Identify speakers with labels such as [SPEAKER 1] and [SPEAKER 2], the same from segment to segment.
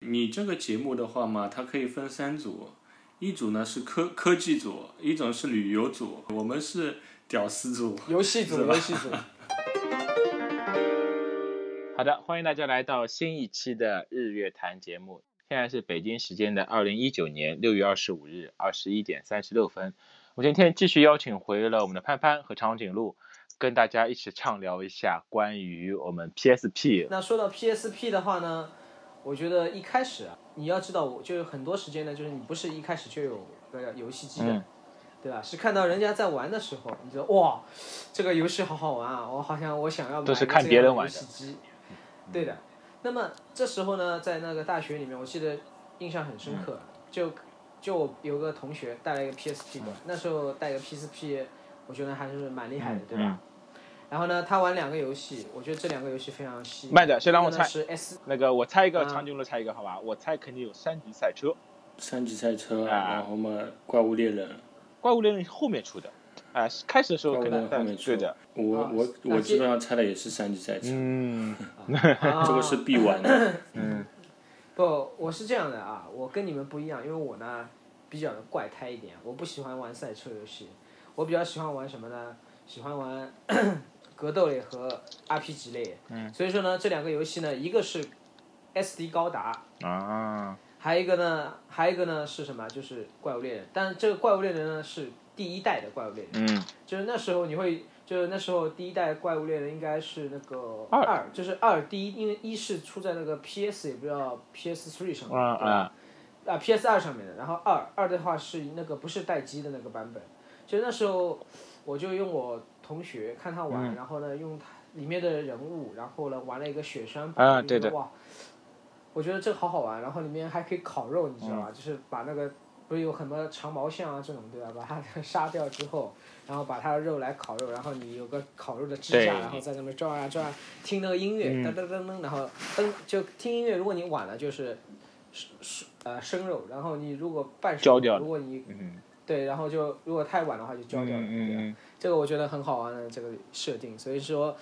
[SPEAKER 1] 你这个节目的话嘛，它可以分三组，一组呢是科科技组，一种是旅游组，我们是屌丝组。
[SPEAKER 2] 游戏组，游戏 组。
[SPEAKER 3] 好的，欢迎大家来到新一期的日月谈节目。现在是北京时间的二零一九年六月二十五日二十一点三十六分。我今天继续邀请回了我们的潘潘和长颈鹿，跟大家一起畅聊一下关于我们 PSP。
[SPEAKER 2] 那说到 PSP 的话呢，我觉得一开始啊，你要知道，我就有很多时间呢，就是你不是一开始就有那个游戏机的，
[SPEAKER 3] 嗯
[SPEAKER 2] 对吧？是看到人家在玩的时候，你觉得哇，这个游戏好好玩啊，我好像我想要买
[SPEAKER 3] 都是
[SPEAKER 2] 一个
[SPEAKER 3] 看
[SPEAKER 2] 这
[SPEAKER 3] 别
[SPEAKER 2] 样
[SPEAKER 3] 人
[SPEAKER 2] 的
[SPEAKER 3] 玩
[SPEAKER 2] 游
[SPEAKER 3] 的
[SPEAKER 2] 戏机，对的。那么这时候呢，在那个大学里面，我记得印象很深刻，
[SPEAKER 3] 嗯
[SPEAKER 2] 就就我有个同学带了一个 PSP 过来，那时候带个 PSP，我觉得还是蛮厉害
[SPEAKER 3] 嗯
[SPEAKER 2] 的，对吧？然后呢，他玩两个游戏，我觉得这两个游戏非常吸引。
[SPEAKER 3] 慢点先让我
[SPEAKER 2] 一个呢
[SPEAKER 3] 猜
[SPEAKER 2] 是 S
[SPEAKER 3] 那个我猜一个，
[SPEAKER 2] 嗯
[SPEAKER 3] 长颈鹿猜一个，好吧？我猜肯定有山地赛车，
[SPEAKER 1] 三级赛车，
[SPEAKER 3] 啊
[SPEAKER 1] 然后嘛，怪物猎人，
[SPEAKER 3] 怪物猎人是后面出的，啊、开始的时
[SPEAKER 1] 怪
[SPEAKER 3] 候
[SPEAKER 1] 物
[SPEAKER 3] 可
[SPEAKER 1] 猎
[SPEAKER 3] 能
[SPEAKER 1] 人后
[SPEAKER 3] 在
[SPEAKER 1] 面出
[SPEAKER 3] 对的，。
[SPEAKER 1] 我
[SPEAKER 2] 啊
[SPEAKER 1] 我
[SPEAKER 2] 那
[SPEAKER 1] 我
[SPEAKER 2] 这
[SPEAKER 1] 基本上猜的也是三级赛车，
[SPEAKER 3] 嗯
[SPEAKER 2] 啊，
[SPEAKER 1] 这个是必玩的。
[SPEAKER 3] 嗯
[SPEAKER 2] 不，我是这样的啊，我跟你们不一样，因为我呢比较怪胎一点，我不喜欢玩赛车游戏，我比较喜欢玩什么呢？喜欢玩 格斗类和 RPG 类。嗯。所以说呢，这两个游戏呢，一个是 SD 高达，
[SPEAKER 3] 啊，
[SPEAKER 2] 还有一个呢，还有一个呢是什么？就是怪物猎人，但这个怪物猎人呢是第一代的怪物猎人，
[SPEAKER 3] 嗯，
[SPEAKER 2] 就是那时候你会，就是那时候第一代怪物猎人应该是那个
[SPEAKER 3] 二
[SPEAKER 2] 就是二第一，因为一是出在那个 PS 也不知道 PS Three 上面，
[SPEAKER 3] 啊
[SPEAKER 2] 对吧
[SPEAKER 3] 啊，
[SPEAKER 2] 啊 PS 二上面的，然后二二的话是那个不是待机的那个版本，就那时候我就用我同学看他
[SPEAKER 3] 嗯
[SPEAKER 2] 玩，然后呢用他里面的人物，然后呢玩了一个雪山版，
[SPEAKER 3] 啊
[SPEAKER 2] 我就觉得
[SPEAKER 3] 对的
[SPEAKER 2] 哇，我觉得这个好好玩，然后里面还可以烤肉，你知道
[SPEAKER 3] 嗯
[SPEAKER 2] 吧？就是把那个不是有很多长毛象啊这种对吧？把它 杀掉之后，然后把它的肉来烤肉，然后你有个烤肉的支架，
[SPEAKER 3] 对嗯
[SPEAKER 2] 然后在那边转啊转啊，听那个音乐，噔噔噔噔，然后噔就听音乐。如果你晚了，就是呃生肉，然后你如果半生
[SPEAKER 3] 焦
[SPEAKER 2] 肉，
[SPEAKER 3] 掉了
[SPEAKER 2] 如果你
[SPEAKER 3] 嗯
[SPEAKER 2] 对，然后就如果太晚的话就焦掉了。对吧
[SPEAKER 3] 嗯嗯
[SPEAKER 2] 这个我觉得很好玩的这个设定，所以说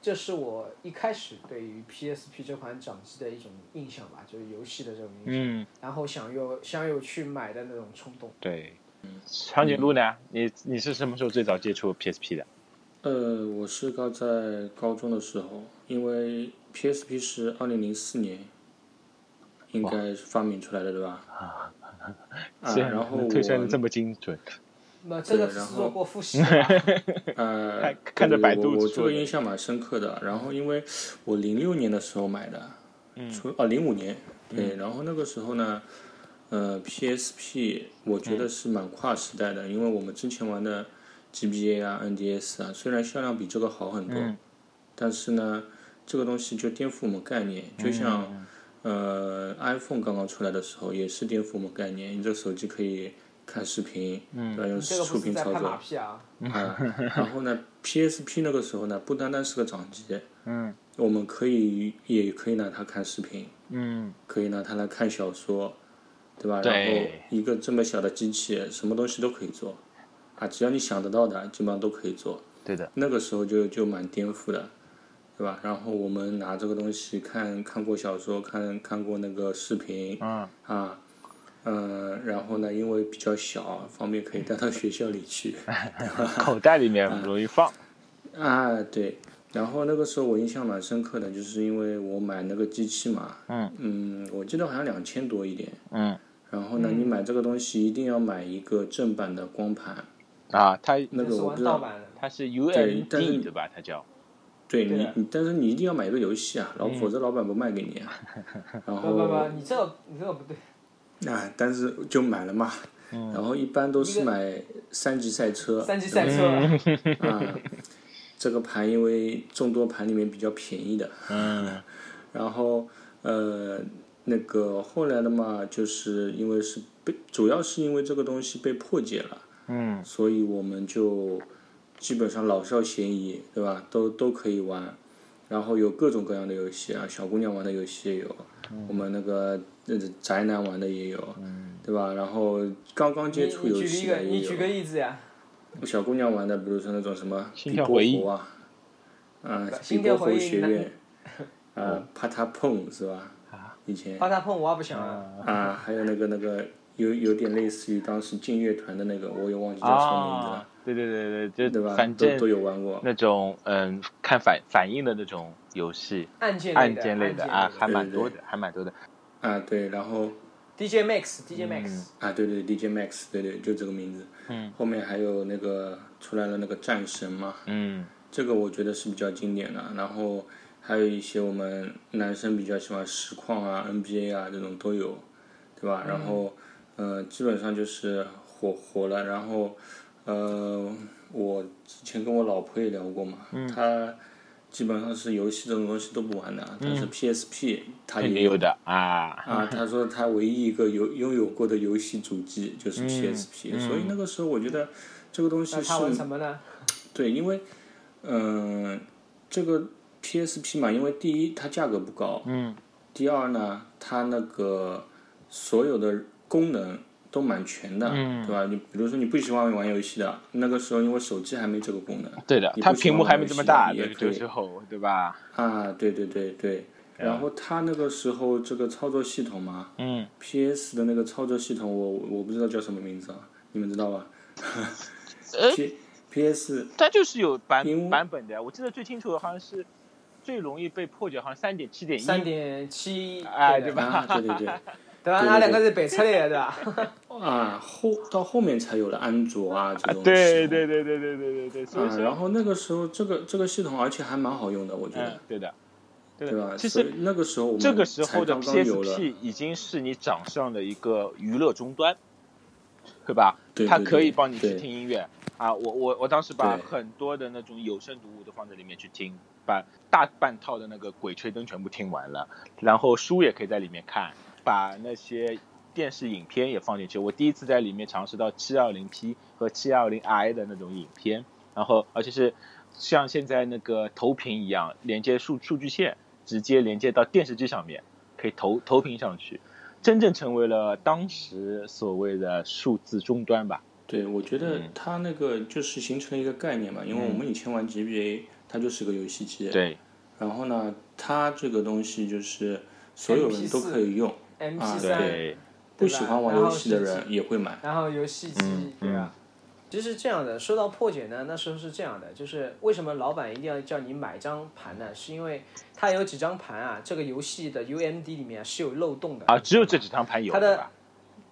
[SPEAKER 2] 这是我一开始对于 PSP 这款掌机的一种印象吧，就是游戏的这种印象，
[SPEAKER 3] 嗯，
[SPEAKER 2] 然后想有想有去买的那种冲动。
[SPEAKER 3] 对。
[SPEAKER 1] 嗯
[SPEAKER 3] 长颈鹿呢？你你是什么时候最早接触 PSP 的？
[SPEAKER 1] 呃，我是高在高中的时候，因为 PSP 是二零零四年应该是发明出来的，对吧？ 啊，
[SPEAKER 3] 虽
[SPEAKER 1] 然后我
[SPEAKER 3] 推算的这么精准，
[SPEAKER 2] 那这个
[SPEAKER 1] 对
[SPEAKER 2] 是
[SPEAKER 1] 然后
[SPEAKER 2] 做过复习的吧，
[SPEAKER 1] 呃，
[SPEAKER 3] 看
[SPEAKER 1] 对
[SPEAKER 3] 看着百度
[SPEAKER 1] 我我
[SPEAKER 3] 出
[SPEAKER 1] 这个
[SPEAKER 3] 的
[SPEAKER 1] 印象蛮深刻的。然后因为我零六年的时候买的，
[SPEAKER 3] 嗯
[SPEAKER 1] 出啊零五年，对，然后那个时候呢，呃，PSP 我觉
[SPEAKER 3] 嗯
[SPEAKER 1] 得是蛮跨时代的，因为我们之前玩的 GBA 啊、NDS 啊，虽然销量比这个好很多，
[SPEAKER 3] 嗯
[SPEAKER 1] 但是呢，这个东西就颠覆我们概念，就像。
[SPEAKER 3] 嗯
[SPEAKER 1] 呃，iPhone 刚刚出来的时候也是颠覆我们概念，你这手机可以看视频，
[SPEAKER 3] 嗯
[SPEAKER 1] 对吧？用
[SPEAKER 2] 这个不
[SPEAKER 1] 触
[SPEAKER 2] 是
[SPEAKER 1] 屏
[SPEAKER 2] 在
[SPEAKER 1] 操
[SPEAKER 2] 拍
[SPEAKER 1] 作
[SPEAKER 2] 马，屁啊。
[SPEAKER 1] 啊，然后呢，PSP 那个时候呢，不单单是个掌机，嗯，我们可以也可以拿它看视频，
[SPEAKER 3] 嗯，
[SPEAKER 1] 可以拿它来看小说，对吧？
[SPEAKER 3] 对
[SPEAKER 1] 然后一个这么小的机器，什么东西都可以做，啊，只要你想得到的，基本上都可以做。
[SPEAKER 3] 对的，
[SPEAKER 1] 那个时候就就蛮颠覆的，对吧？然后我们拿这个东西看看过小说，看看过那个视频，
[SPEAKER 3] 嗯
[SPEAKER 1] 啊，嗯、然后呢，因为比较小，方便可以带到学校里去。
[SPEAKER 3] 口袋
[SPEAKER 1] 嗯
[SPEAKER 3] 里面容易放，
[SPEAKER 1] 啊，对。然后那个时候我印象蛮深刻的，就是因为我买那个机器嘛，
[SPEAKER 3] 嗯
[SPEAKER 1] 我记得好像两千多一点。
[SPEAKER 3] 嗯
[SPEAKER 1] 然后呢，你买这个东西一定要买一个正版的光盘，
[SPEAKER 3] 啊，它
[SPEAKER 1] 那
[SPEAKER 2] 这
[SPEAKER 1] 个
[SPEAKER 2] 是
[SPEAKER 1] 我不
[SPEAKER 2] 玩
[SPEAKER 1] 知
[SPEAKER 2] 盗
[SPEAKER 1] 道。
[SPEAKER 2] 版的，
[SPEAKER 3] 它是
[SPEAKER 1] 对但是
[SPEAKER 3] UMD 对吧？它叫
[SPEAKER 1] 对
[SPEAKER 2] 对
[SPEAKER 1] 你
[SPEAKER 2] 的，
[SPEAKER 1] 你但是你一定要买一个游戏啊，
[SPEAKER 3] 嗯
[SPEAKER 1] 老否则老板不卖给你 啊。 然
[SPEAKER 2] 不不不，
[SPEAKER 1] 后
[SPEAKER 2] 你这个你这个不对，
[SPEAKER 1] 啊，但是就买了嘛。
[SPEAKER 3] 嗯
[SPEAKER 1] 然后一般都是买三级赛车，
[SPEAKER 2] 三级赛车，
[SPEAKER 1] 啊，这个盘因为众多盘里面比较便宜的，
[SPEAKER 3] 嗯
[SPEAKER 1] 然后呃，那个后来的嘛，就是因为是被主要是因为这个东西被破解了，
[SPEAKER 3] 嗯
[SPEAKER 1] 所以我们就基本上老少咸宜，对吧？都都可以玩，然后有各种各样的游戏啊，小姑娘玩的游戏也有，我们那个呃宅男玩的也有，对吧？然后刚刚
[SPEAKER 2] 你
[SPEAKER 1] 接触
[SPEAKER 2] 你
[SPEAKER 1] 游
[SPEAKER 2] 举一
[SPEAKER 1] 戏
[SPEAKER 2] 个
[SPEAKER 1] 的也
[SPEAKER 2] 你举
[SPEAKER 1] 有，
[SPEAKER 2] 个例子呀，
[SPEAKER 1] 小姑娘玩的，比如说那种什么
[SPEAKER 3] 心
[SPEAKER 1] 比
[SPEAKER 3] 跳
[SPEAKER 1] 波
[SPEAKER 3] 回忆
[SPEAKER 1] 猴啊，啊，
[SPEAKER 2] 心
[SPEAKER 1] 比
[SPEAKER 2] 跳
[SPEAKER 1] 波
[SPEAKER 2] 回
[SPEAKER 1] 猴
[SPEAKER 2] 忆
[SPEAKER 1] 学
[SPEAKER 2] 那
[SPEAKER 1] 院，啊，啪嗒碰是吧？以前
[SPEAKER 2] 八大碰我也不想啊。
[SPEAKER 1] 啊，还有那个那个有有点类似于当时劲乐团的那个，我也忘记叫什么名字了，
[SPEAKER 3] 啊，对对对对，
[SPEAKER 1] 对
[SPEAKER 3] 就
[SPEAKER 1] 吧？
[SPEAKER 3] 反
[SPEAKER 1] 都都
[SPEAKER 3] 正
[SPEAKER 1] 有玩过。
[SPEAKER 3] 那种嗯，看反反应的那种游戏，
[SPEAKER 2] 按键
[SPEAKER 3] 按
[SPEAKER 2] 的，
[SPEAKER 3] 键类
[SPEAKER 2] 的
[SPEAKER 3] 的啊，还蛮
[SPEAKER 1] 对对
[SPEAKER 3] 多的，还蛮多的。
[SPEAKER 1] 啊，对，然后
[SPEAKER 2] DJ Max，DJ Max，
[SPEAKER 1] 啊，对对，DJ Max，对对，就这个名字。嗯。后面还有那个出来了那个战神嘛，
[SPEAKER 3] 嗯，
[SPEAKER 1] 这个我觉得是比较经典的。然后还有一些我们男生比较喜欢实况啊、NBA 啊这种都有，对吧？然后，呃，基本上就是火火了。然后，呃，我之前跟我老婆也聊过嘛，她基本上是游戏这种东西都不玩的，但是 PSP 她
[SPEAKER 3] 肯
[SPEAKER 1] 也
[SPEAKER 3] 定有的啊。
[SPEAKER 1] 啊，他说他唯一一个有拥有过的游戏主机就是 PSP，、所以那个时候我觉得这个东西
[SPEAKER 2] 那
[SPEAKER 1] 是
[SPEAKER 2] 他玩什么呢？
[SPEAKER 1] 对，因为嗯、这个 PSP 嘛，因为第一它价格不高，
[SPEAKER 3] 嗯，
[SPEAKER 1] 第二呢，它那个所有的功能都蛮全的，
[SPEAKER 3] 嗯
[SPEAKER 1] 对吧？你比如说你不喜欢玩游戏的，那个时候因为手机还没这个功能，
[SPEAKER 3] 对的
[SPEAKER 1] 你，不
[SPEAKER 3] 它
[SPEAKER 1] 喜
[SPEAKER 3] 屏
[SPEAKER 1] 欢
[SPEAKER 3] 幕
[SPEAKER 1] 玩
[SPEAKER 3] 还
[SPEAKER 1] 游
[SPEAKER 3] 没这么
[SPEAKER 1] 戏
[SPEAKER 3] 大，
[SPEAKER 1] 也
[SPEAKER 3] 对，
[SPEAKER 1] 可
[SPEAKER 3] 九
[SPEAKER 1] 以
[SPEAKER 3] 时候，对吧？
[SPEAKER 1] 啊，对对对对。然后它那个时候这个操作系统嘛，
[SPEAKER 3] 啊嗯
[SPEAKER 1] ，PS 的那个操作系统我，我不知道叫什么名字啊，你们知道吧 ？P PS
[SPEAKER 3] 它就是有版
[SPEAKER 1] 因为
[SPEAKER 3] 版本的，我记得最清楚的好像是最容易被破解，好像三点七点一，
[SPEAKER 2] 三点七，
[SPEAKER 3] 哎
[SPEAKER 2] 对
[SPEAKER 3] 对
[SPEAKER 2] 的
[SPEAKER 3] 吧
[SPEAKER 1] 啊，对对对，
[SPEAKER 2] 对吧？
[SPEAKER 1] 对对
[SPEAKER 2] 那两个是北侧类的，对吧？
[SPEAKER 1] 啊后到后面才有了安卓啊这种系统，
[SPEAKER 3] 对对对对对对对对，所以
[SPEAKER 1] 啊，然
[SPEAKER 3] 说，
[SPEAKER 1] 后那个时候这个这个系统，而且还蛮好用的，我觉
[SPEAKER 3] 嗯
[SPEAKER 1] 得，，
[SPEAKER 3] 对的，对
[SPEAKER 1] 对吧？
[SPEAKER 3] 的。其
[SPEAKER 1] 所
[SPEAKER 3] 实
[SPEAKER 1] 以那个时候我们
[SPEAKER 3] 这个时候的
[SPEAKER 1] 才刚刚有了
[SPEAKER 3] PSP 已经是你掌上的一个娱乐终端，对吧？
[SPEAKER 1] 对
[SPEAKER 3] 它
[SPEAKER 1] 对
[SPEAKER 3] 可以
[SPEAKER 1] 对
[SPEAKER 3] 帮你去
[SPEAKER 1] 对
[SPEAKER 3] 听音乐啊！我我我当时把
[SPEAKER 1] 对
[SPEAKER 3] 很多的那种有声读物都放在里面去听，把大半套的那个《鬼吹灯》全部听完了，然后书也可以在里面看，把那些电视影片也放进去。我第一次在里面尝试到 720P 和 720i 的那种影片，然后而且是像现在那个投屏一样，连接数数据线，直接连接到电视机上面，可以投投屏上去，真正成为了当时所谓的数字终端吧。
[SPEAKER 1] 对，我觉得
[SPEAKER 3] 嗯
[SPEAKER 1] 它那个就是形成了一个概念嘛，因为我们以前玩 GBA，它就是个游戏机，
[SPEAKER 3] 对，
[SPEAKER 1] 然后呢，它这个东西就是所有人都可以用，
[SPEAKER 2] MP
[SPEAKER 1] 对
[SPEAKER 2] 三，
[SPEAKER 1] 不喜欢玩游戏的
[SPEAKER 2] 然后
[SPEAKER 1] 人也会买。
[SPEAKER 2] 然后游戏机
[SPEAKER 3] 嗯，
[SPEAKER 2] 对吧？其实是这样的，说到破解呢，那时候是这样的，就是为什么老板一定要叫你买张盘呢？是因为它有几张盘啊，这个游戏的 UMD 里面是有漏洞的
[SPEAKER 3] 啊，只有这几张盘有
[SPEAKER 2] 它的
[SPEAKER 3] 对吧？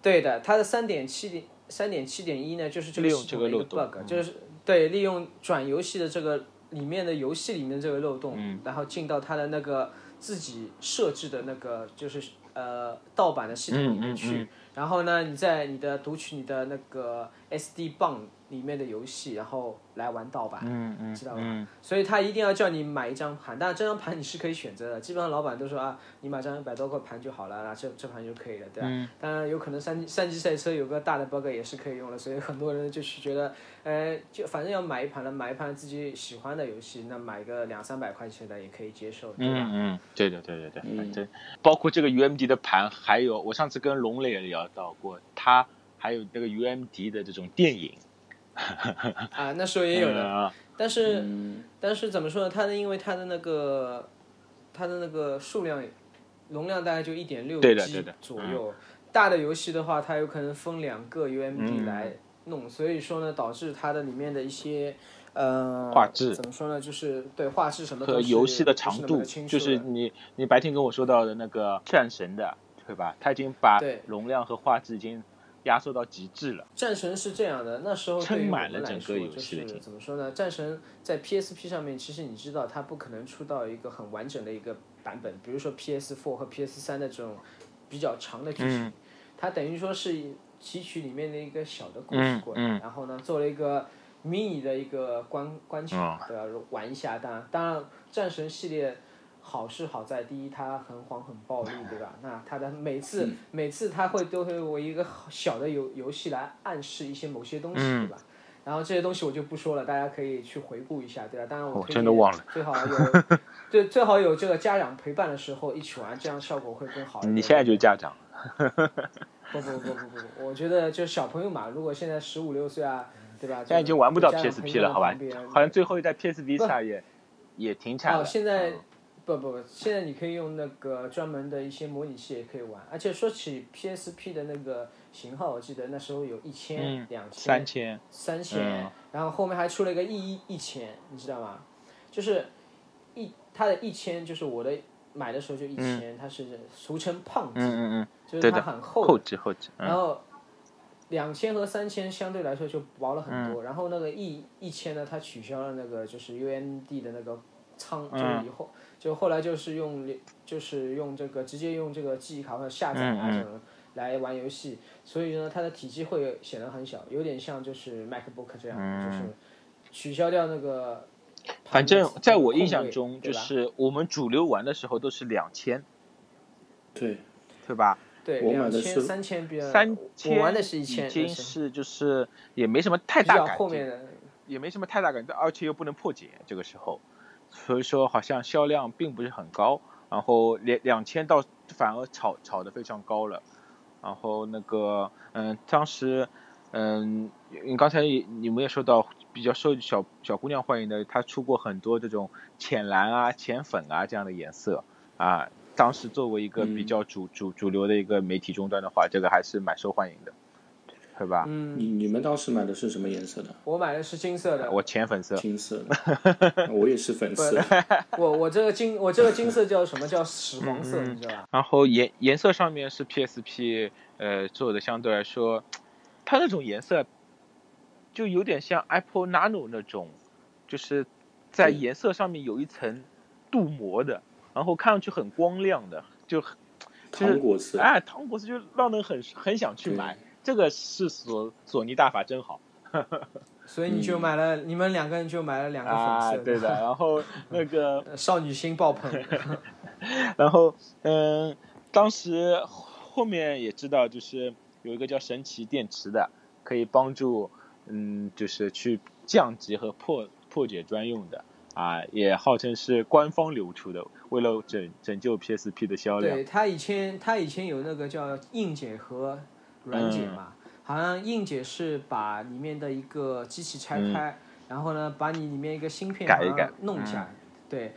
[SPEAKER 2] 对的，它的三点七点三点七点一呢，就是这个
[SPEAKER 3] 利用
[SPEAKER 2] 系
[SPEAKER 3] 这
[SPEAKER 2] 统
[SPEAKER 3] 个
[SPEAKER 2] 的一个
[SPEAKER 3] 漏洞嗯
[SPEAKER 2] bug，就是对利用转游戏的这个里面的游戏里面的这个漏洞，
[SPEAKER 3] 嗯
[SPEAKER 2] 然后进到它的那个自己设置的那个就是呃盗版的系统里
[SPEAKER 3] 嗯嗯
[SPEAKER 2] 面去，然后呢，你在你的读取你的那个 SD 棒里面的游戏，然后来玩盗版。
[SPEAKER 3] 嗯嗯，
[SPEAKER 2] 知道吧
[SPEAKER 3] 嗯，
[SPEAKER 2] 所以他一定要叫你买一张盘，但这张盘你是可以选择的。基本上老板都说啊，你买张一百多块盘就好了，那这这盘就可以了，对吧？当然有可能三 三级赛车有个大的 bug 也是可以用的，所以很多人就是觉得，呃，就反正要买一盘了，买一盘自己喜欢的游戏，那买个两三百块钱的也可以接受，对吧？
[SPEAKER 3] 嗯嗯，对的对对对，反正包括这个 UMD 的盘，还有我上次跟龙磊也聊到过，他还有那个 UMD 的这种电影
[SPEAKER 2] 啊，那时候也有的，
[SPEAKER 3] 啊，
[SPEAKER 2] 但是、
[SPEAKER 1] 嗯，
[SPEAKER 2] 但是怎么说呢？它的因为它的那个它的那个数量容量大概就一点六
[SPEAKER 3] 对的对
[SPEAKER 2] G
[SPEAKER 3] 的嗯
[SPEAKER 2] 左右，大的游戏的话，它有可能分两个 UMD 来弄，所以说呢，导致它的里面的一些呃
[SPEAKER 3] 画质
[SPEAKER 2] 怎么说呢？就是对画质什么
[SPEAKER 3] 和
[SPEAKER 2] 都是
[SPEAKER 3] 游戏的
[SPEAKER 2] 不是
[SPEAKER 3] 长
[SPEAKER 2] 那么
[SPEAKER 3] 度，
[SPEAKER 2] 清楚
[SPEAKER 3] 就是
[SPEAKER 2] 的
[SPEAKER 3] 你你白天跟我说到的那个战神的，对吧？他已经把
[SPEAKER 2] 对
[SPEAKER 3] 容量和画质已经压缩到极致了。
[SPEAKER 2] 战神是这样的，那时候对
[SPEAKER 3] 撑
[SPEAKER 2] 于我
[SPEAKER 3] 满
[SPEAKER 2] 们
[SPEAKER 3] 了
[SPEAKER 2] 来
[SPEAKER 3] 整
[SPEAKER 2] 说
[SPEAKER 3] 个游
[SPEAKER 2] 就
[SPEAKER 3] 戏的
[SPEAKER 2] 是
[SPEAKER 3] 已经
[SPEAKER 2] 怎么说呢？战神在 PSP 上面，其实你知道它不可能出到一个很完整的一个版本，比如说 PS4 和 PS3 的这种比较长的剧情，
[SPEAKER 3] 嗯
[SPEAKER 2] 它等于说是提取里面的一个小的故
[SPEAKER 3] 嗯
[SPEAKER 2] 事过来，然后呢做了一个迷你的一个关关
[SPEAKER 3] 嗯
[SPEAKER 2] 卡，对吧？玩一下，当然，当然战神系列。好是好在，第一它很黄很暴力，
[SPEAKER 3] 嗯
[SPEAKER 2] 对吧？那它的每次、每次它会都会为一个小的游游戏来暗示一些某些东西，
[SPEAKER 3] 嗯
[SPEAKER 2] 对吧？然后这些东西我就不说了，大家可以去回顾一下，对吧？当然我
[SPEAKER 3] 我
[SPEAKER 2] 推
[SPEAKER 3] 真
[SPEAKER 2] 荐
[SPEAKER 3] 的忘了，
[SPEAKER 2] 最好有对最好有这个家长陪伴的时候一起玩，这样效果会更好一点。
[SPEAKER 3] 你现在就是家长，
[SPEAKER 2] 不不不不不不，我觉得就是小朋友嘛，如果现在十五六岁啊，对吧？现
[SPEAKER 3] 现在已经玩不到 PSP 了，好吧？好像最后一代 PSV
[SPEAKER 2] 不
[SPEAKER 3] 差也也停产
[SPEAKER 2] 哦，
[SPEAKER 3] 了。
[SPEAKER 2] 现在
[SPEAKER 3] 嗯
[SPEAKER 2] 不不不，现在你可以用那个专门的一些模拟器也可以玩，而且说起 PSP 的那个型号，我记得那时候有一千、两千、
[SPEAKER 3] 三嗯千，嗯
[SPEAKER 2] 三千，然后后面还出了一个一一千，你知道吗？就是一它的一千就是我的买的时候就一千，它是俗称胖子，
[SPEAKER 3] 嗯嗯嗯嗯，
[SPEAKER 2] 就是它很厚，
[SPEAKER 3] 后置后置，
[SPEAKER 2] 然后两千和三千相对来说就薄了很
[SPEAKER 3] 嗯
[SPEAKER 2] 多，然后那个一一千呢，它取消了那个就是 UMD 的那个仓，
[SPEAKER 3] 嗯
[SPEAKER 2] 就是以后、就后来就是用就是用这个直接用这个记忆卡或者下载啊什么、来玩游戏，所以呢它的体积会显得很小，有点像就是 MacBook 这样，
[SPEAKER 3] 嗯
[SPEAKER 2] 就是取消掉那个盘子。
[SPEAKER 3] 反正在我印象
[SPEAKER 2] 空
[SPEAKER 3] 中，
[SPEAKER 2] 位
[SPEAKER 3] 就
[SPEAKER 2] 对吧
[SPEAKER 3] 是我们主流玩的时候都是两千，
[SPEAKER 1] 对，
[SPEAKER 3] 对吧？
[SPEAKER 2] 对
[SPEAKER 1] 我买的
[SPEAKER 2] 两千
[SPEAKER 1] 是
[SPEAKER 2] 三千比较
[SPEAKER 3] 三千
[SPEAKER 2] 我玩的是一千，
[SPEAKER 3] 已经
[SPEAKER 2] 就是
[SPEAKER 3] 是就是也没什么太
[SPEAKER 2] 比
[SPEAKER 3] 大
[SPEAKER 2] 较
[SPEAKER 3] 改
[SPEAKER 2] 后
[SPEAKER 3] 进
[SPEAKER 2] 面，的。
[SPEAKER 3] 也没什么太大感觉，而且又不能破解，这个时候，所以说好像销量并不是很高，然后两两千到反而炒炒得非常高了，然后那个嗯，当时嗯，你刚才也你们也说到比较受小小姑娘欢迎的，她出过很多这种浅蓝啊、浅粉啊这样的颜色啊，当时作为一个比
[SPEAKER 1] 嗯
[SPEAKER 3] 较主、主主流的一个媒体终端的话，这个还是蛮受欢迎的，对吧？
[SPEAKER 2] 嗯，
[SPEAKER 1] 你你们当时买的是什么颜色的？
[SPEAKER 2] 我买的是金色的，
[SPEAKER 3] 我浅粉色，
[SPEAKER 1] 金色 的，我也是粉色的。
[SPEAKER 2] 我我这个金我这个金色叫什么叫屎黄
[SPEAKER 3] 嗯
[SPEAKER 2] 色，你知道吧？
[SPEAKER 3] 然后颜颜色上面是 PSP 呃做的相对来说，它那种颜色就有点像 Apple Nano 那种，就是在
[SPEAKER 1] 对
[SPEAKER 3] 颜色上面有一层镀膜的，然后看上去很光亮的，就很就是
[SPEAKER 1] 糖果色，
[SPEAKER 3] 哎，糖果丝就让人很很想去买。这个是索索尼大法真好
[SPEAKER 2] 所以你就买了，你们两个人就买了两个粉
[SPEAKER 3] 嗯 啊，
[SPEAKER 2] 色
[SPEAKER 3] 对的。然后那个
[SPEAKER 2] 呃少女心爆 棚，
[SPEAKER 3] 然后，嗯，当时后面也知道，就是有一个叫神奇电池的，可以帮助，嗯，就是去降级和破破解专用的啊，也号称是官方流出的，为了拯拯救 PSP 的销量。
[SPEAKER 2] 对他以前他以前有那个叫硬解和软解
[SPEAKER 3] 嗯
[SPEAKER 2] 嘛，好像硬解是把里面的一个机器拆开，然后呢把你里面一个芯片
[SPEAKER 3] 嗯改一改嗯
[SPEAKER 2] 好像弄一下，对。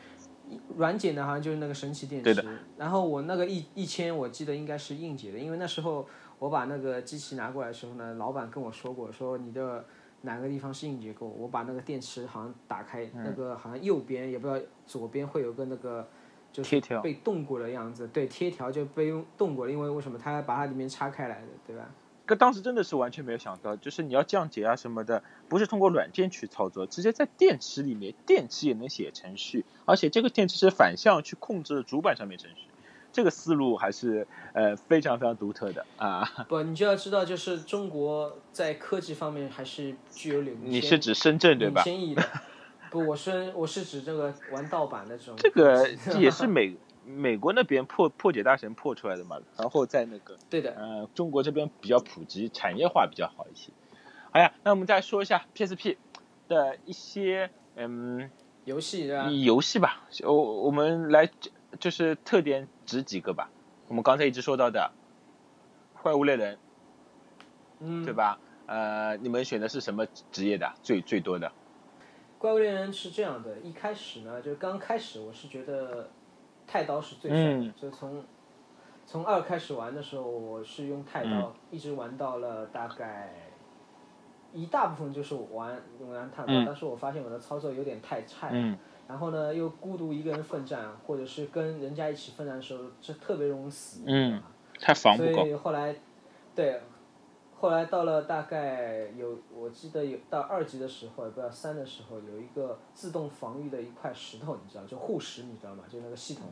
[SPEAKER 2] 软解呢，好像就是那个神奇电
[SPEAKER 3] 对
[SPEAKER 2] 池。然后我那个一一千，我记得应该是硬解的，因为那时候我把那个机器拿过来的时候呢，老板跟我说过，说你的哪个地方是硬结构，我把那个电池好像打开，那个好像右边也不知道左边会有个那个就是
[SPEAKER 3] 贴条
[SPEAKER 2] 被动过的样子，对，贴条就被用动过了，因为为什么它要把它里面拆开来的，对 吧？
[SPEAKER 3] 可当时真的是完全没有想到，就是你要降解啊什么的，不是通过软件去操作，直接在电池里面，电池也能写程序，而且这个电池是反向去控制主板上面程序，这个思路还是呃非常非常独特的啊。
[SPEAKER 2] 不，你就要知道，就是中国在科技方面还是具有领先
[SPEAKER 3] 你是指深圳对吧
[SPEAKER 2] 领？先意义的。不，我是我是指这个玩盗版的这种。
[SPEAKER 3] 这个也是美美国那边破破解大神破出来的嘛，然后在那个
[SPEAKER 2] 对的，
[SPEAKER 3] 呃中国这边比较普及，产业化比较好一些。哎呀，那我们再说一下 PSP 的一些嗯
[SPEAKER 2] 游戏对吧？
[SPEAKER 3] 游戏吧，我我们来就是特点指几个吧。我们刚才一直说到的怪物猎人
[SPEAKER 2] 嗯，
[SPEAKER 3] 对吧？呃，你们选的是什么职业的？最最多的？
[SPEAKER 2] 怪物猎人是这样的，一开始呢，就是刚开始我是觉得太刀是最帅的，
[SPEAKER 3] 嗯
[SPEAKER 2] 就从从二开始玩的时候，我是用太刀、
[SPEAKER 3] 嗯
[SPEAKER 2] 一直玩到了大概一大部分就是玩用玩太刀，但是我发现我的操作有点太菜，
[SPEAKER 3] 嗯
[SPEAKER 2] 然后呢又孤独一个人奋战，或者是跟人家一起奋战的时候，这特别容易死，你知道
[SPEAKER 3] 嗯
[SPEAKER 2] 吗，
[SPEAKER 3] 他防不
[SPEAKER 2] 所
[SPEAKER 3] 够，
[SPEAKER 2] 以后来，对，后来到了大概有，我记得有到二级的时候，也不知道三的时候，有一个自动防御的一块石头，你知道，就护石，你知道吗？就那个系统，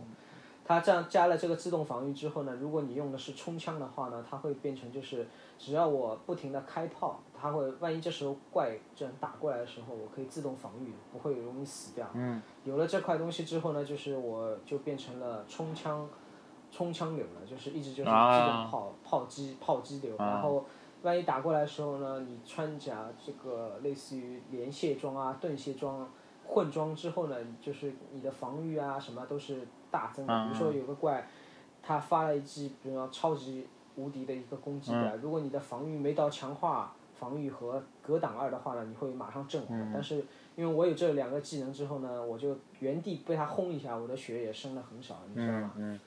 [SPEAKER 2] 它这样加了这个自动防御之后呢，如果你用的是冲枪的话呢，它会变成就是，只要我不停的开炮，它会，万一这时候怪这样打过来的时候，我可以自动防御，不会容易死掉。
[SPEAKER 3] 嗯，
[SPEAKER 2] 有了这块东西之后呢，就是我就变成了冲枪，冲枪流了，就是一直就是这种
[SPEAKER 3] 啊
[SPEAKER 2] 炮、炮击炮击流。然后万一打过来的时候呢，你穿甲这个类似于连卸装啊、盾卸装、混装之后呢，就是你的防御啊什么都是大增
[SPEAKER 3] 啊
[SPEAKER 2] 的。比如说有个怪，他发了一记，比如说超级无敌的一个攻击的，
[SPEAKER 3] 嗯
[SPEAKER 2] 如
[SPEAKER 3] 嗯
[SPEAKER 2] 果你的防御没到强化防御和格挡二的话呢，你会马上阵亡。但是因为我有这两个技能之后呢，我就原地被他轰一下，我的血也升的很少，你知道吗？
[SPEAKER 3] 嗯，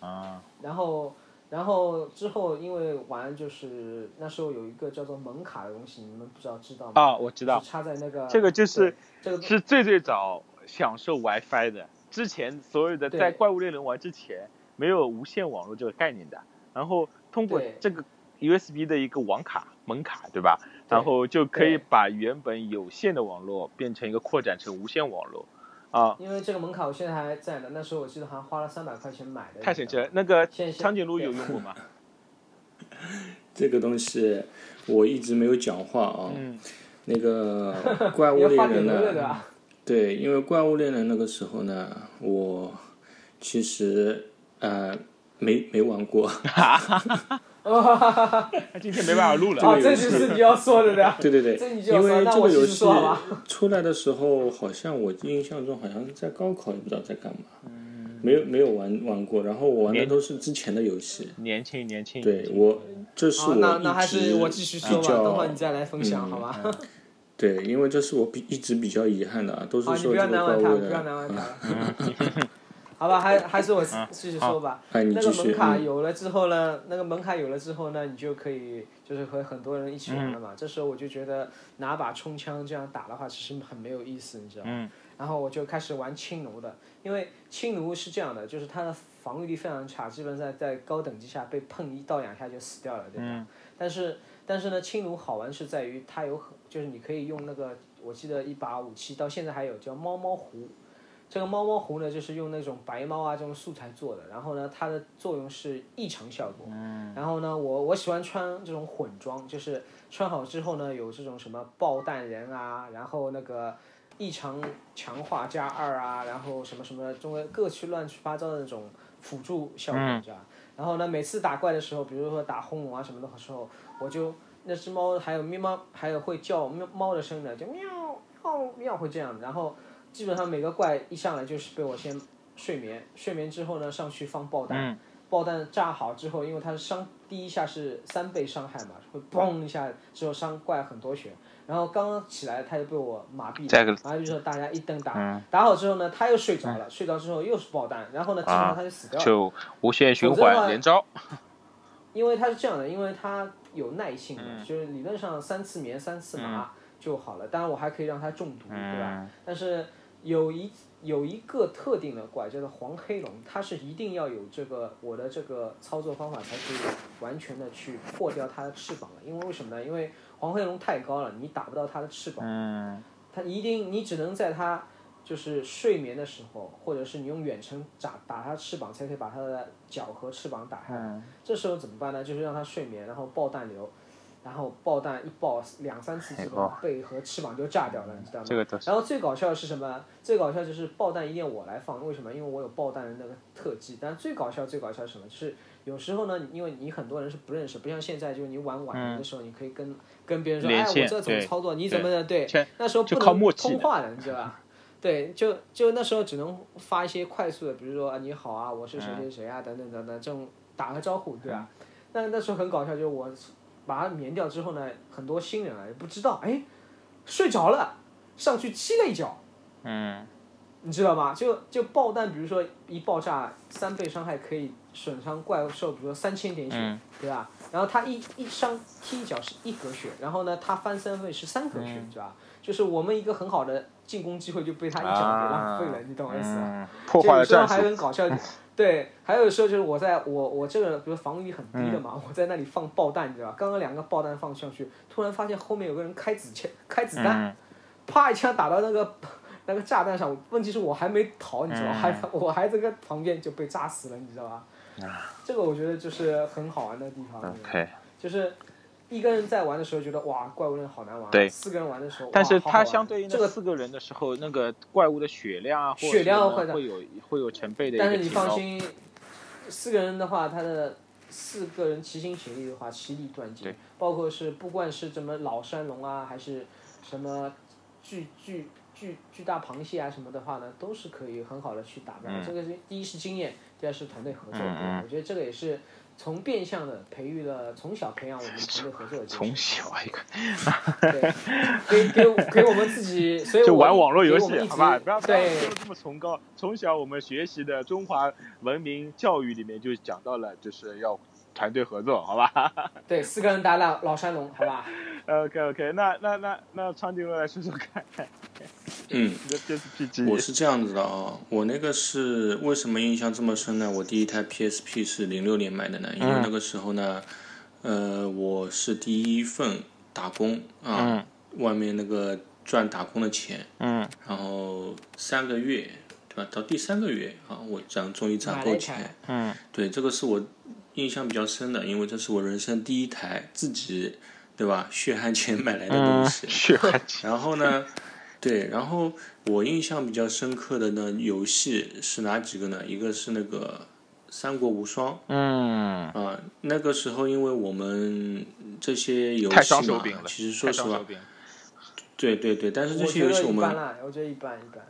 [SPEAKER 3] 啊，
[SPEAKER 2] 然后，然后之后因为玩就是那时候有一个叫做蒙卡的东西，你们不知道知道吗？
[SPEAKER 3] 哦，我知道
[SPEAKER 2] 就，插在那个
[SPEAKER 3] 这个就是
[SPEAKER 2] 这个
[SPEAKER 3] 是最最早享受 WiFi 的。之前所有的
[SPEAKER 2] 对
[SPEAKER 3] 在怪物猎人玩之前，没有无线网络这个概念的。然后通过
[SPEAKER 2] 对
[SPEAKER 3] 这个 USB 的一个网卡门卡，对吧？然后就可
[SPEAKER 2] 对
[SPEAKER 3] 以把原本有线的网络变成一个扩展成无线网络，啊，
[SPEAKER 2] 因为这个门卡我现在还在呢，那时候我记得好像花了三百块钱买的。
[SPEAKER 3] 太神奇了！那个
[SPEAKER 2] 现在
[SPEAKER 3] 长颈鹿有用过 吗？
[SPEAKER 1] 这个东西我一直没有讲话啊。
[SPEAKER 3] 嗯
[SPEAKER 1] 那 个怪物
[SPEAKER 2] 要
[SPEAKER 1] 猎
[SPEAKER 2] 发点
[SPEAKER 1] 人
[SPEAKER 2] 流量
[SPEAKER 1] 呢
[SPEAKER 2] 的？啊。
[SPEAKER 1] 对，因为怪物猎人那个时候呢，我其实呃没没玩过。
[SPEAKER 3] 那今天没办法录了。
[SPEAKER 2] 啊，这就是你要说的呢。
[SPEAKER 1] 对对对，
[SPEAKER 2] 这你就
[SPEAKER 1] 因
[SPEAKER 2] 说
[SPEAKER 1] 为
[SPEAKER 2] 那
[SPEAKER 1] 这
[SPEAKER 2] 我
[SPEAKER 1] 个
[SPEAKER 2] 继续
[SPEAKER 1] 游戏
[SPEAKER 2] 说好吧
[SPEAKER 1] 出来的时候，好像我印象中好像是在高考，也不知道在干嘛，
[SPEAKER 2] 嗯
[SPEAKER 1] 没有没有玩玩过。然后我玩的都是之前的游戏。
[SPEAKER 3] 年轻年轻，
[SPEAKER 1] 对我，这是
[SPEAKER 2] 好，
[SPEAKER 1] 我
[SPEAKER 2] 哦那那还
[SPEAKER 1] 一
[SPEAKER 2] 是
[SPEAKER 1] 直
[SPEAKER 2] 我继续说
[SPEAKER 1] 比
[SPEAKER 2] 吧，
[SPEAKER 1] 较嗯
[SPEAKER 2] 等会儿你再来分享好吧？
[SPEAKER 1] 对，因为这是我比一直比较遗憾的啊，都是
[SPEAKER 2] 啊，你
[SPEAKER 1] 说
[SPEAKER 2] 不
[SPEAKER 1] 这
[SPEAKER 2] 要
[SPEAKER 1] 个
[SPEAKER 2] 难
[SPEAKER 1] 怪
[SPEAKER 2] 为他，
[SPEAKER 1] 物
[SPEAKER 2] 不
[SPEAKER 1] 的。
[SPEAKER 2] 要难为他。好吧，还还是我继续说吧。
[SPEAKER 1] 哎，你
[SPEAKER 2] 那
[SPEAKER 1] 继
[SPEAKER 2] 个
[SPEAKER 1] 续
[SPEAKER 2] 门。卡
[SPEAKER 1] 嗯
[SPEAKER 2] 有了之后呢，那个门卡有了之后呢，你就可以就是和很多人一起玩了嘛。这时候我就觉得拿把冲枪这样打的话，其实很没有意思，你知道吗？
[SPEAKER 3] 嗯
[SPEAKER 2] 然后我就开始玩青奴的，因为青奴是这样的，就是它的防御力非常差，基本上在高等级下被碰一到两下就死掉了，对吧？但是但是呢，青奴好玩是在于它有很，就是你可以用那个，我记得一把武器到现在还有叫猫猫壶，这个猫猫壶呢就是用那种白猫啊这种素材做的，然后呢它的作用是异常效果。然后呢，我我喜欢穿这种混装，就是穿好之后呢有这种什么爆弹人啊，然后那个。异常强化加二啊，然后什么什么，中间各区乱七八糟的那种辅助效果，你知道吧？啊然后呢，每次打怪的时候，比如说打轰龙啊什么的时候，我就那只猫还有咪猫，还有会叫喵猫的声音的，就喵喵喵会这样。然后基本上每个怪一上来就是被我先睡眠，睡眠之后呢上去放爆弹，爆弹炸好之后，因为它伤第一下是三倍伤害嘛，会嘣一下之后伤怪很多血。然后刚刚起来，它就被我麻痹
[SPEAKER 3] 这
[SPEAKER 2] 了，然后就是大家一灯打，打好之后呢，它又睡着了，睡着之后又是爆弹，然后呢，基本上它就死掉了。
[SPEAKER 3] 就无限循
[SPEAKER 2] 否则的话
[SPEAKER 3] 环连招。
[SPEAKER 2] 因为它是这样的，因为它有耐性嘛，就是理论上三次棉三次麻就好了。当然我还可以让它中毒，对吧？但是有一有一个特定的怪叫做黄黑龙，它是一定要有这个我的这个操作方法才可以完全的去破掉它的翅膀的。因为为什么呢？因为黄黑龙太高了，你打不到它的翅膀。
[SPEAKER 3] 嗯
[SPEAKER 2] 它一定你只能在它就是睡眠的时候，或者是你用远程打打它翅膀，才可以把它的脚和翅膀打下来。
[SPEAKER 3] 嗯
[SPEAKER 2] 这时候怎么办呢？就是让它睡眠，然后爆弹流，然后爆弹一爆两三次之
[SPEAKER 3] 哎
[SPEAKER 2] 后，背和翅膀就炸掉了，你知道吗？
[SPEAKER 3] 这个都是
[SPEAKER 2] 然后最搞笑的是什么？最搞笑就是爆弹一定要我来放，为什么？因为我有爆弹的那个特技。但最搞笑最搞笑是什么？就是有时候呢，因为你很多人是不认识，不像现在，就是你玩网游的时候，你可以跟跟别人说，
[SPEAKER 3] 连
[SPEAKER 2] 哎，我
[SPEAKER 3] 线
[SPEAKER 2] 这怎么
[SPEAKER 3] 对
[SPEAKER 2] 操作？你怎么的？对，
[SPEAKER 3] 全
[SPEAKER 2] 那时候不
[SPEAKER 3] 就靠默
[SPEAKER 2] 能
[SPEAKER 3] 契的
[SPEAKER 2] 通话的，你知道吧？对，就就那时候只能发一些快速的，比如说啊你好啊，我是谁
[SPEAKER 3] 嗯
[SPEAKER 2] 谁谁啊，等等等等，这种打个招呼，对吧？那那时候很搞笑，就是我把它免掉之后呢，很多新人啊也不知道，哎，睡着了，上去踢了一脚，
[SPEAKER 3] 嗯
[SPEAKER 2] 你知道吗？就就爆弹，比如说一爆炸，三倍伤害可以损伤怪兽，比如说三千点血，
[SPEAKER 3] 嗯
[SPEAKER 2] 对吧？然后他一一伤踢一脚是一格血，然后呢，他翻身会是三格血，
[SPEAKER 3] 嗯
[SPEAKER 2] 你知道吧？就是我们一个很好的进攻机会就被他一脚给浪费了，你懂我意思吗？
[SPEAKER 3] 嗯，破坏了
[SPEAKER 2] 就有
[SPEAKER 3] 战
[SPEAKER 2] 时候还
[SPEAKER 3] 术。
[SPEAKER 2] 很搞 笑，对，还有时候就是我在我我这个比如防御力很低的
[SPEAKER 3] 嗯
[SPEAKER 2] 嘛，我在那里放爆弹，你知道吧？刚刚两个爆弹放上去，突然发现后面有个人开子枪开子弹，
[SPEAKER 3] 嗯
[SPEAKER 2] 啪一枪打到那个 那个炸弹上，问题是我还没逃，你知道
[SPEAKER 3] 嗯
[SPEAKER 2] 吗？还我还在个旁边就被炸死了，你知道吧？这个我觉得就是很好玩的地方，
[SPEAKER 3] 啊，OK。
[SPEAKER 2] 就是一个人在玩的时候觉得哇，怪物猎人好难玩啊，
[SPEAKER 3] 对
[SPEAKER 2] 四个人玩的时候，
[SPEAKER 3] 但是
[SPEAKER 2] 哇好好
[SPEAKER 3] 它
[SPEAKER 2] 玩
[SPEAKER 3] 相对应
[SPEAKER 2] 这
[SPEAKER 3] 的
[SPEAKER 2] 个
[SPEAKER 3] 四个人的时候，那个怪物的血量啊，或者
[SPEAKER 2] 血量
[SPEAKER 3] 什
[SPEAKER 2] 会
[SPEAKER 3] 么
[SPEAKER 2] 的
[SPEAKER 3] 的会有会有成倍的一个
[SPEAKER 2] 但是你
[SPEAKER 3] 提高
[SPEAKER 2] 放，心，四个人的话，他的四个人齐心协力的话，其利断金
[SPEAKER 3] 对。
[SPEAKER 2] 包括是不管是什么老山龙啊，还是什么巨巨巨巨大螃蟹啊什么的话呢，都是可以很好的去打败的。这个是第一是经验，第二是团队合作。
[SPEAKER 3] 嗯
[SPEAKER 2] 对吧我觉得这个也是从变相的培育了，从小培养我们团队合作的精
[SPEAKER 3] 从
[SPEAKER 2] 神。
[SPEAKER 3] 小啊一个
[SPEAKER 2] 对，给给我给我们自 己，所以
[SPEAKER 3] 就
[SPEAKER 2] 我
[SPEAKER 3] 玩啊网络游
[SPEAKER 2] 给我
[SPEAKER 3] 戏，
[SPEAKER 2] 们一直
[SPEAKER 3] 好吧，不要不要
[SPEAKER 2] 对
[SPEAKER 3] 不要这么崇高。从小我们学习的中华文明教育里面就讲到了，就是要团队合作，好吧
[SPEAKER 2] 对，四个人打老老山龙，好吧？
[SPEAKER 3] ？OK OK，那那那那苍井来说说看，
[SPEAKER 1] 嗯，
[SPEAKER 3] 你的 PSPG
[SPEAKER 1] 我是这样子的啊、我那个是为什么印象这么深呢？我第一台 PSP 是零六年买的呢，因
[SPEAKER 2] 嗯
[SPEAKER 1] 为那个时候呢，呃，我是第一份打工
[SPEAKER 2] 嗯
[SPEAKER 1] 啊，外面那个赚打工的钱，
[SPEAKER 3] 嗯
[SPEAKER 1] 然后三个月对吧？到第三个月啊，我攒终于攒
[SPEAKER 2] 买了
[SPEAKER 1] 够
[SPEAKER 2] 一台
[SPEAKER 1] 钱，
[SPEAKER 3] 嗯
[SPEAKER 1] 对，这个是我印象比较深的，因为这是我人生第一台自己对吧血汗钱买来的
[SPEAKER 3] 嗯
[SPEAKER 1] 东
[SPEAKER 2] 嗯
[SPEAKER 1] 西。
[SPEAKER 3] 血汗钱，
[SPEAKER 1] 然后呢，对，然后我印象比较深刻的呢游戏是哪几个呢？一个是那个《三国无双》
[SPEAKER 3] 嗯，
[SPEAKER 1] 啊、那个时候因为我们这些游
[SPEAKER 3] 太
[SPEAKER 1] 戏
[SPEAKER 3] 伤手
[SPEAKER 1] 嘛
[SPEAKER 3] 柄了，，
[SPEAKER 1] 啊其实说实
[SPEAKER 3] 太伤手
[SPEAKER 1] 话，
[SPEAKER 3] 柄了，
[SPEAKER 1] 对对对，但是这
[SPEAKER 2] 我
[SPEAKER 1] 些
[SPEAKER 2] 觉
[SPEAKER 1] 游
[SPEAKER 2] 得
[SPEAKER 1] 戏我
[SPEAKER 2] 一
[SPEAKER 1] 们
[SPEAKER 2] 般啦，我觉得一般一般。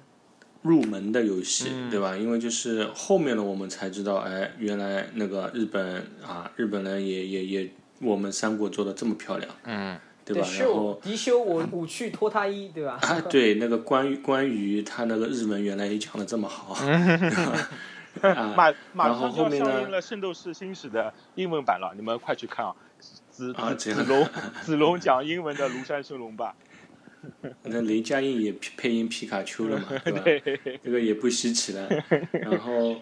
[SPEAKER 1] 入门的游戏，
[SPEAKER 3] 嗯
[SPEAKER 1] 对吧？因为就是后面呢，我们才知道，哎，原来那个日本啊，日本人也也也，我们三国做的这么漂亮，
[SPEAKER 3] 嗯
[SPEAKER 1] 对吧？然后
[SPEAKER 2] 秀敌修我五去脱他衣，对吧？
[SPEAKER 1] 啊，对，那个关于关于他那个日文原来也讲的这么好，
[SPEAKER 3] 嗯
[SPEAKER 1] 啊
[SPEAKER 3] 马马
[SPEAKER 1] 然后
[SPEAKER 3] 上就
[SPEAKER 1] 后
[SPEAKER 3] 要
[SPEAKER 1] 面
[SPEAKER 3] 上
[SPEAKER 1] 呢
[SPEAKER 3] 映了《圣斗士星矢》的英文版了，你们快去看啊！子
[SPEAKER 1] 啊这
[SPEAKER 3] 子子
[SPEAKER 1] 样
[SPEAKER 3] 龙，子龙讲英文的《庐山升龙霸
[SPEAKER 1] 那雷佳音也配配音皮卡丘了 嘛，对吧？》，
[SPEAKER 3] 对，
[SPEAKER 1] 这个也不稀奇 了。然后，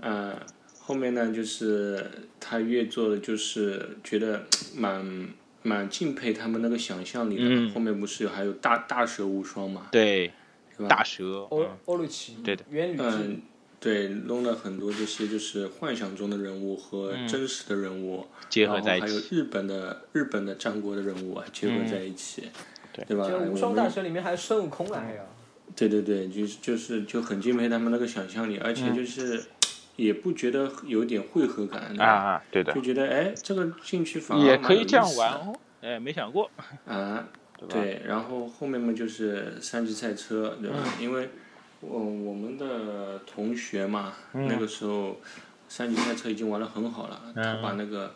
[SPEAKER 1] 呃，后面呢，就是他越做的就是觉得蛮蛮敬佩他们那个想象力的。
[SPEAKER 3] 嗯
[SPEAKER 1] 后面不是有还有大大蛇无双嘛，
[SPEAKER 3] 对
[SPEAKER 1] 是吧，
[SPEAKER 3] 大蛇，嗯
[SPEAKER 2] 欧欧鲁奇，
[SPEAKER 3] 对的，
[SPEAKER 2] 元吕
[SPEAKER 1] 嗯
[SPEAKER 2] 纪，，
[SPEAKER 1] 对，弄了很多这些就是幻想中的人物和真实的人物，
[SPEAKER 3] 嗯结
[SPEAKER 1] 然
[SPEAKER 3] 合
[SPEAKER 1] 后
[SPEAKER 3] 在一
[SPEAKER 1] 还有
[SPEAKER 3] 起。
[SPEAKER 1] 日本的日本的战国的人物啊，结合在一起，
[SPEAKER 3] 嗯对
[SPEAKER 1] 对吧？
[SPEAKER 2] 就无
[SPEAKER 1] 哎我
[SPEAKER 2] 双
[SPEAKER 1] 们嗯
[SPEAKER 2] 大蛇里面还有孙悟空来啊还有
[SPEAKER 1] 对对对，就是就是就很敬佩他们那个想象力，而
[SPEAKER 3] 嗯
[SPEAKER 1] 且就是也不觉得有点违和感，对吧
[SPEAKER 3] 啊啊，对的
[SPEAKER 1] 就，觉得哎，这个兴趣反而
[SPEAKER 3] 也
[SPEAKER 1] 蛮
[SPEAKER 3] 可
[SPEAKER 1] 有
[SPEAKER 3] 以
[SPEAKER 1] 意
[SPEAKER 3] 这样
[SPEAKER 1] 思
[SPEAKER 3] 玩哦。哎，没想过。
[SPEAKER 1] 的啊，对。然后后面嘛就是三级赛车，对吧？
[SPEAKER 3] 嗯
[SPEAKER 1] 因为我我们的同学嘛，
[SPEAKER 3] 嗯
[SPEAKER 1] 那个时候三级赛车已经玩的很好了，
[SPEAKER 3] 嗯
[SPEAKER 1] 他把那个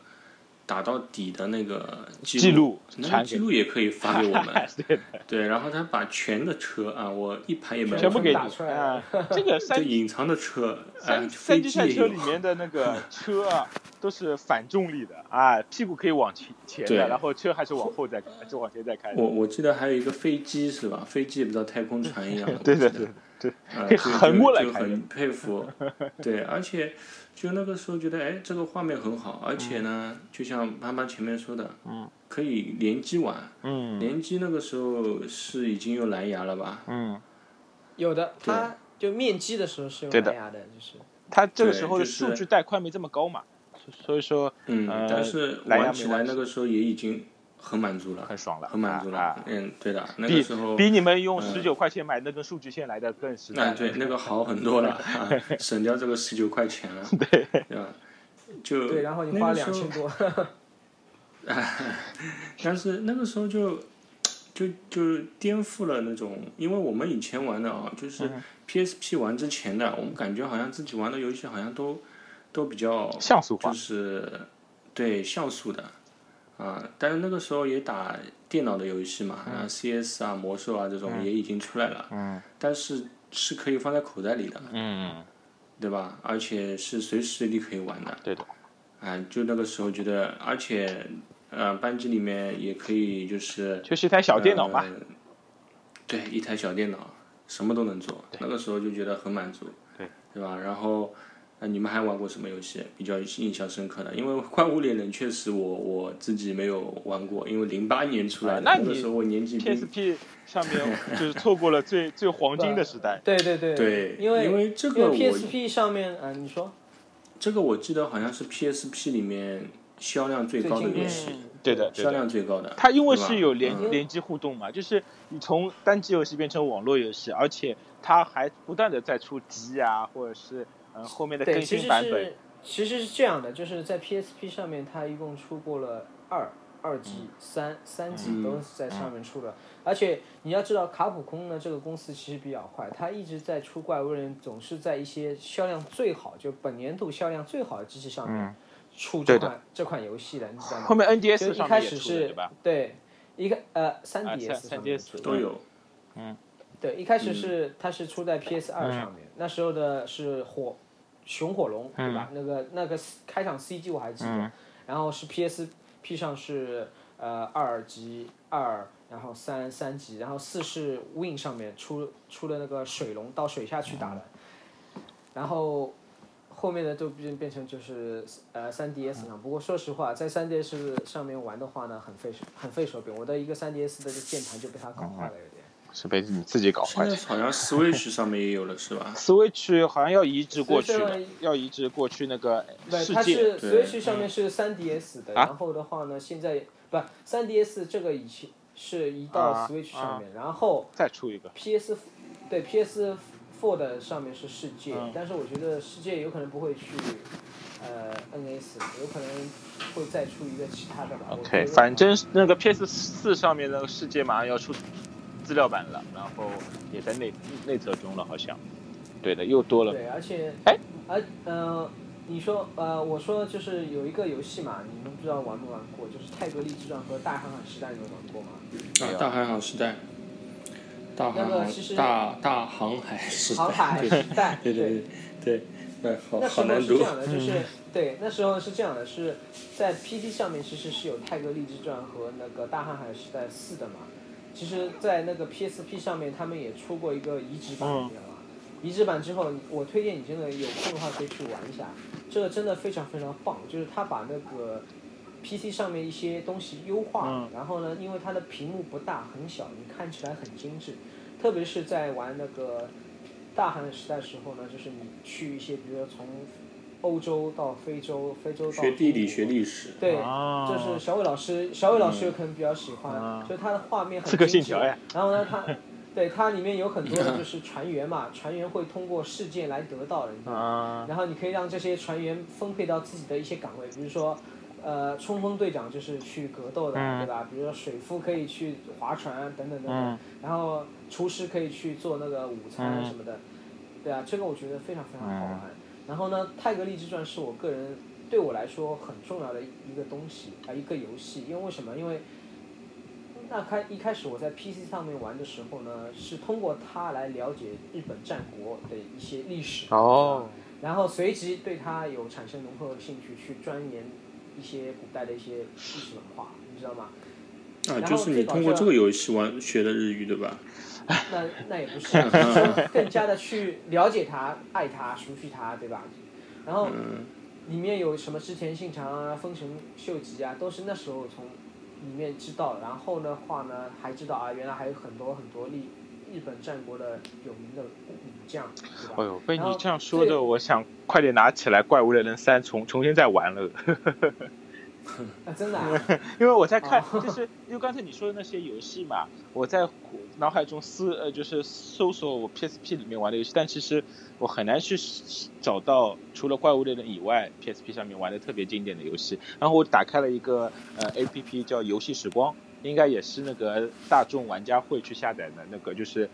[SPEAKER 1] 打到底的那个
[SPEAKER 3] 记
[SPEAKER 1] 记
[SPEAKER 3] 录
[SPEAKER 1] 那
[SPEAKER 3] 传
[SPEAKER 1] 个
[SPEAKER 3] 给
[SPEAKER 1] 记录也可以发给我们，
[SPEAKER 3] 对的，
[SPEAKER 1] 对。然后他把全的车啊，我一盘也没有
[SPEAKER 3] 全部给你
[SPEAKER 2] 打出来
[SPEAKER 3] 啊
[SPEAKER 2] 了！
[SPEAKER 3] 这 个
[SPEAKER 1] 就
[SPEAKER 3] 三
[SPEAKER 1] 隐藏的车，哎，
[SPEAKER 3] 三三
[SPEAKER 1] 飞
[SPEAKER 3] 级
[SPEAKER 1] 机
[SPEAKER 3] 赛
[SPEAKER 1] 也
[SPEAKER 3] 车
[SPEAKER 1] 有
[SPEAKER 3] 里面的那个车啊，都是反重力的啊，屁股可以往前前
[SPEAKER 1] 对
[SPEAKER 3] 的，然后车还是往后再开，就往前再开的。
[SPEAKER 1] 我我记得还有一个飞机是吧？飞机也不知道太空船一样的
[SPEAKER 3] 。对的
[SPEAKER 1] 我记得
[SPEAKER 3] 对的
[SPEAKER 1] 呃
[SPEAKER 3] 可以
[SPEAKER 1] 就就
[SPEAKER 3] 横过来
[SPEAKER 1] 就
[SPEAKER 3] 看的
[SPEAKER 1] 很佩服。对，而且就那个时候觉得，哎，这个画面很好，而且呢，
[SPEAKER 3] 嗯
[SPEAKER 1] 就像潘潘前面说的，嗯，可以联机玩。
[SPEAKER 3] 嗯
[SPEAKER 1] 联机那个时候是已经有蓝牙了吧？
[SPEAKER 3] 嗯，
[SPEAKER 2] 有的他就面基的时候是
[SPEAKER 3] 对
[SPEAKER 2] 用
[SPEAKER 3] 的
[SPEAKER 2] 蓝牙的，就是
[SPEAKER 3] 它这个
[SPEAKER 1] 对
[SPEAKER 3] 时候的
[SPEAKER 1] 就是
[SPEAKER 3] 数据带宽没这么高嘛，所所以说
[SPEAKER 1] 嗯，
[SPEAKER 3] 呃
[SPEAKER 1] 但是
[SPEAKER 3] 蓝牙
[SPEAKER 1] 玩
[SPEAKER 3] 没
[SPEAKER 1] 起
[SPEAKER 3] 玩
[SPEAKER 1] 来那个时候也已经很满足了，
[SPEAKER 3] 很爽了，
[SPEAKER 1] 很满足
[SPEAKER 3] 啊
[SPEAKER 1] 了
[SPEAKER 3] 啊。
[SPEAKER 1] 嗯，对的，那个
[SPEAKER 3] 比
[SPEAKER 1] 时候
[SPEAKER 3] 比你们用
[SPEAKER 1] 嗯
[SPEAKER 3] 十九块钱买那根数据线来的更实
[SPEAKER 1] 那
[SPEAKER 3] 在。
[SPEAKER 1] 对，那个好很多了，啊、省掉这个十九块钱了，对吧？就
[SPEAKER 2] 对，然后你花了
[SPEAKER 1] 那
[SPEAKER 2] 两
[SPEAKER 1] 个时候
[SPEAKER 2] 千多，
[SPEAKER 1] 但是那个时候就就就颠覆了那种，因为我们以前玩的啊，就是 PSP 玩之前的，我们感觉好像自己玩的游戏好像都都比较
[SPEAKER 3] 像素化
[SPEAKER 1] 就，是对像素的啊，但是那个时候也打电脑的游戏嘛，然后 CS 啊、魔兽啊这种也已经出来了，
[SPEAKER 3] 嗯
[SPEAKER 1] 但是是可以放在口袋里的。
[SPEAKER 3] 嗯，
[SPEAKER 1] 对吧？而且是随时随地可以玩的。
[SPEAKER 3] 对的，
[SPEAKER 1] 啊，就那个时候觉得，而且呃，班级里面也可以就是
[SPEAKER 3] 就是一台小电脑嘛。
[SPEAKER 1] 呃对，一台小电脑，什么都能做。那个时候就觉得很满足。
[SPEAKER 3] 对，
[SPEAKER 1] 对吧？然后。呃你们还玩过什么游戏比较印象深刻的？因为《怪物猎人》确实我我自己没有玩过，因为零八年出来的，
[SPEAKER 3] 啊那
[SPEAKER 1] 那个
[SPEAKER 3] 你
[SPEAKER 1] 时候我年纪并
[SPEAKER 3] PSP 上面就是错过了最最黄金的时代。
[SPEAKER 2] 对对对
[SPEAKER 1] 对
[SPEAKER 2] 因为
[SPEAKER 1] 因为这个我
[SPEAKER 2] PSP 上面啊，你说
[SPEAKER 1] 这个我记得好像是 PSP 里面销量最高的
[SPEAKER 2] 最经典
[SPEAKER 1] 游戏，
[SPEAKER 3] 对的，对
[SPEAKER 1] 销
[SPEAKER 3] 的。
[SPEAKER 1] 量最高的。
[SPEAKER 3] 它因为
[SPEAKER 1] 对吧
[SPEAKER 3] 是有联、
[SPEAKER 2] 嗯
[SPEAKER 3] 联机互动嘛，就是你从单机游戏变成网络游戏，而且它还不断的在出机啊，或者是嗯、呃后面的
[SPEAKER 2] 对，
[SPEAKER 3] 更
[SPEAKER 2] 其
[SPEAKER 3] 新
[SPEAKER 2] 实
[SPEAKER 3] 版本
[SPEAKER 2] 是。其实是这样的，就是在 PSP 上
[SPEAKER 3] 嗯
[SPEAKER 2] 面，它一共出过了二二 G、三三 G 都是在上面出的，而且你要知道，卡普空呢这个公司其实比较坏，它一直在出怪物猎人，总是在一些销量最好，就本年度销量最好的机器上面出这款、这款游戏的，你知道吗？
[SPEAKER 3] 嗯后面
[SPEAKER 2] 就
[SPEAKER 3] NDS
[SPEAKER 2] 一
[SPEAKER 3] 上
[SPEAKER 2] 开
[SPEAKER 3] 面也
[SPEAKER 2] 始
[SPEAKER 3] 出了
[SPEAKER 2] 是
[SPEAKER 3] 对吧？
[SPEAKER 2] 对一个呃三
[SPEAKER 3] 啊
[SPEAKER 2] DS
[SPEAKER 3] 三
[SPEAKER 2] 上面
[SPEAKER 3] 3DS
[SPEAKER 2] 出的
[SPEAKER 1] 都有。
[SPEAKER 2] 对，一开始是、它是出在 PS 二上面，那时候的是火熊火龙，对吧？那个那个 C- 开场 CG 我还记得，然后是 PSP 上是呃二级二，然后三三级，然后四是 Win 上面出出了那个水龙到水下去打的，然后。后面的都变变成就是呃三 DS 上，不过说实话，在三 DS 上面玩的话呢，很费手很费手柄。我的一个三 DS 的键盘就被它搞坏了，有点。
[SPEAKER 3] 是被你自己搞坏
[SPEAKER 1] 现在
[SPEAKER 3] 的。
[SPEAKER 1] 好像 Switch 上面也有了，是吧？
[SPEAKER 3] Switch 好像要移植过去
[SPEAKER 2] 所
[SPEAKER 3] 的
[SPEAKER 2] 以说，
[SPEAKER 3] 要移植过去那个世
[SPEAKER 2] 对，它
[SPEAKER 3] 界。
[SPEAKER 2] 是
[SPEAKER 1] 对
[SPEAKER 2] Switch 上面是 3DS 的，
[SPEAKER 3] 啊
[SPEAKER 2] 然后的话呢，现在不 3DS 这个以前是移到
[SPEAKER 3] 啊
[SPEAKER 2] Switch
[SPEAKER 3] 啊
[SPEAKER 2] 上面，然后
[SPEAKER 3] 再出一个，
[SPEAKER 2] PS 对 PS Four 的上面是世界，但是我觉得世界有可能不会去呃 NS，有可能会再出一个其他的吧。我觉
[SPEAKER 3] OK，
[SPEAKER 2] 得
[SPEAKER 3] 反正那个 PS 四上面那个世界马上要出资料版了，然后也在内内测中了，好像。对的，又多了。
[SPEAKER 2] 对，而且
[SPEAKER 3] 哎，
[SPEAKER 2] 而呃，你说呃，我说就是有一个游戏嘛，你们不知道玩没玩过，就是《泰格立志传》和《大航海时代》，你们玩过吗？
[SPEAKER 3] 没有
[SPEAKER 1] 啊，大航海时代，大航
[SPEAKER 2] 那
[SPEAKER 1] 海
[SPEAKER 2] 个其实
[SPEAKER 1] 大大航海时代，
[SPEAKER 2] 航海时代，
[SPEAKER 1] 对对对对，好
[SPEAKER 2] 那时
[SPEAKER 1] 好
[SPEAKER 2] 候
[SPEAKER 1] 难
[SPEAKER 2] 是这
[SPEAKER 1] 读。
[SPEAKER 2] 样的，就是、对，那时候是这样的，是在 PT 上面其实是有《泰格励志传》和那个《大航海时代四》的嘛。其实，在那个 PSP 上面，他们也出过一个移植版，
[SPEAKER 3] 嗯
[SPEAKER 2] 你知道吗？移植版之后，我推荐你真的有空的话可以去玩一下，这个真的非常非常棒，就是他把那个 PC 上面一些东西优化，
[SPEAKER 3] 嗯
[SPEAKER 2] 然后呢，因为它的屏幕不大很小，你看起来很精致，特别是在玩那个大航海时代的时候呢，就是你去一些，比如说从欧洲到非洲，非洲到
[SPEAKER 1] 学地理、
[SPEAKER 2] 中国
[SPEAKER 1] 学历史，
[SPEAKER 2] 对，
[SPEAKER 3] 哦
[SPEAKER 2] 就是小伟老师，小伟老师有可能比较喜欢，
[SPEAKER 3] 嗯
[SPEAKER 2] 就是他的画面
[SPEAKER 3] 刺
[SPEAKER 2] 很
[SPEAKER 3] 客
[SPEAKER 2] 精
[SPEAKER 3] 信
[SPEAKER 2] 致
[SPEAKER 3] 条呀。
[SPEAKER 2] 然后呢， 它对它里面有很多 的就是船员嘛，船员会通过事件来得到的，你知道吗
[SPEAKER 3] 啊，
[SPEAKER 2] 然后你可以让这些船员分配到自己的一些岗位，比如说，呃，冲锋队长就是去格斗的，
[SPEAKER 3] 嗯
[SPEAKER 2] 对吧？比如说水夫可以去划船啊，等等等等。
[SPEAKER 3] 嗯
[SPEAKER 2] 然后厨师可以去做那个午餐
[SPEAKER 3] 嗯
[SPEAKER 2] 什么的，对啊，这个我觉得非常非常好玩。然后呢，《泰格立志传》是我个人对我来说很重要的一个东西啊、一个游戏，因为为什么？因为那开一开始我在 PC 上面玩的时候呢，是通过它来了解日本战国的一些历史，
[SPEAKER 3] 哦，
[SPEAKER 2] 然后随即对它有产生浓厚的兴趣，去钻研一些古代的一些历史文化，你知道吗？
[SPEAKER 1] 啊，
[SPEAKER 2] 然后
[SPEAKER 1] 就是你
[SPEAKER 2] 最早
[SPEAKER 1] 通过
[SPEAKER 2] 是
[SPEAKER 1] 这个游戏玩学的日语，对吧？
[SPEAKER 2] 那那也不是，就是更加的去了解他、爱他、熟悉他，对吧？然后
[SPEAKER 1] 嗯
[SPEAKER 2] 里面有什么织田信长啊、丰臣秀吉啊，都是那时候从里面知道。然后的话呢，还知道啊，原来还有很多很多历日本战国的有名的武将，对吧？
[SPEAKER 3] 哎呦，被你
[SPEAKER 2] 然后
[SPEAKER 3] 这样说
[SPEAKER 2] 最
[SPEAKER 3] 的，我想快点拿起来《怪物猎人三》重重新再玩了。
[SPEAKER 2] 啊，真的、啊，
[SPEAKER 3] 因为我在看，就是因为刚才你说的那些游戏嘛，我在脑海中思呃，就是搜索我 PSP 里面玩的游戏，但其实我很难去找到除了《怪物猎人》以外，PSP 上面玩的特别经典的游戏。然后我打开了一个呃 APP 叫《游戏时光》，应该也是那个大众玩家会去下载的那个，就是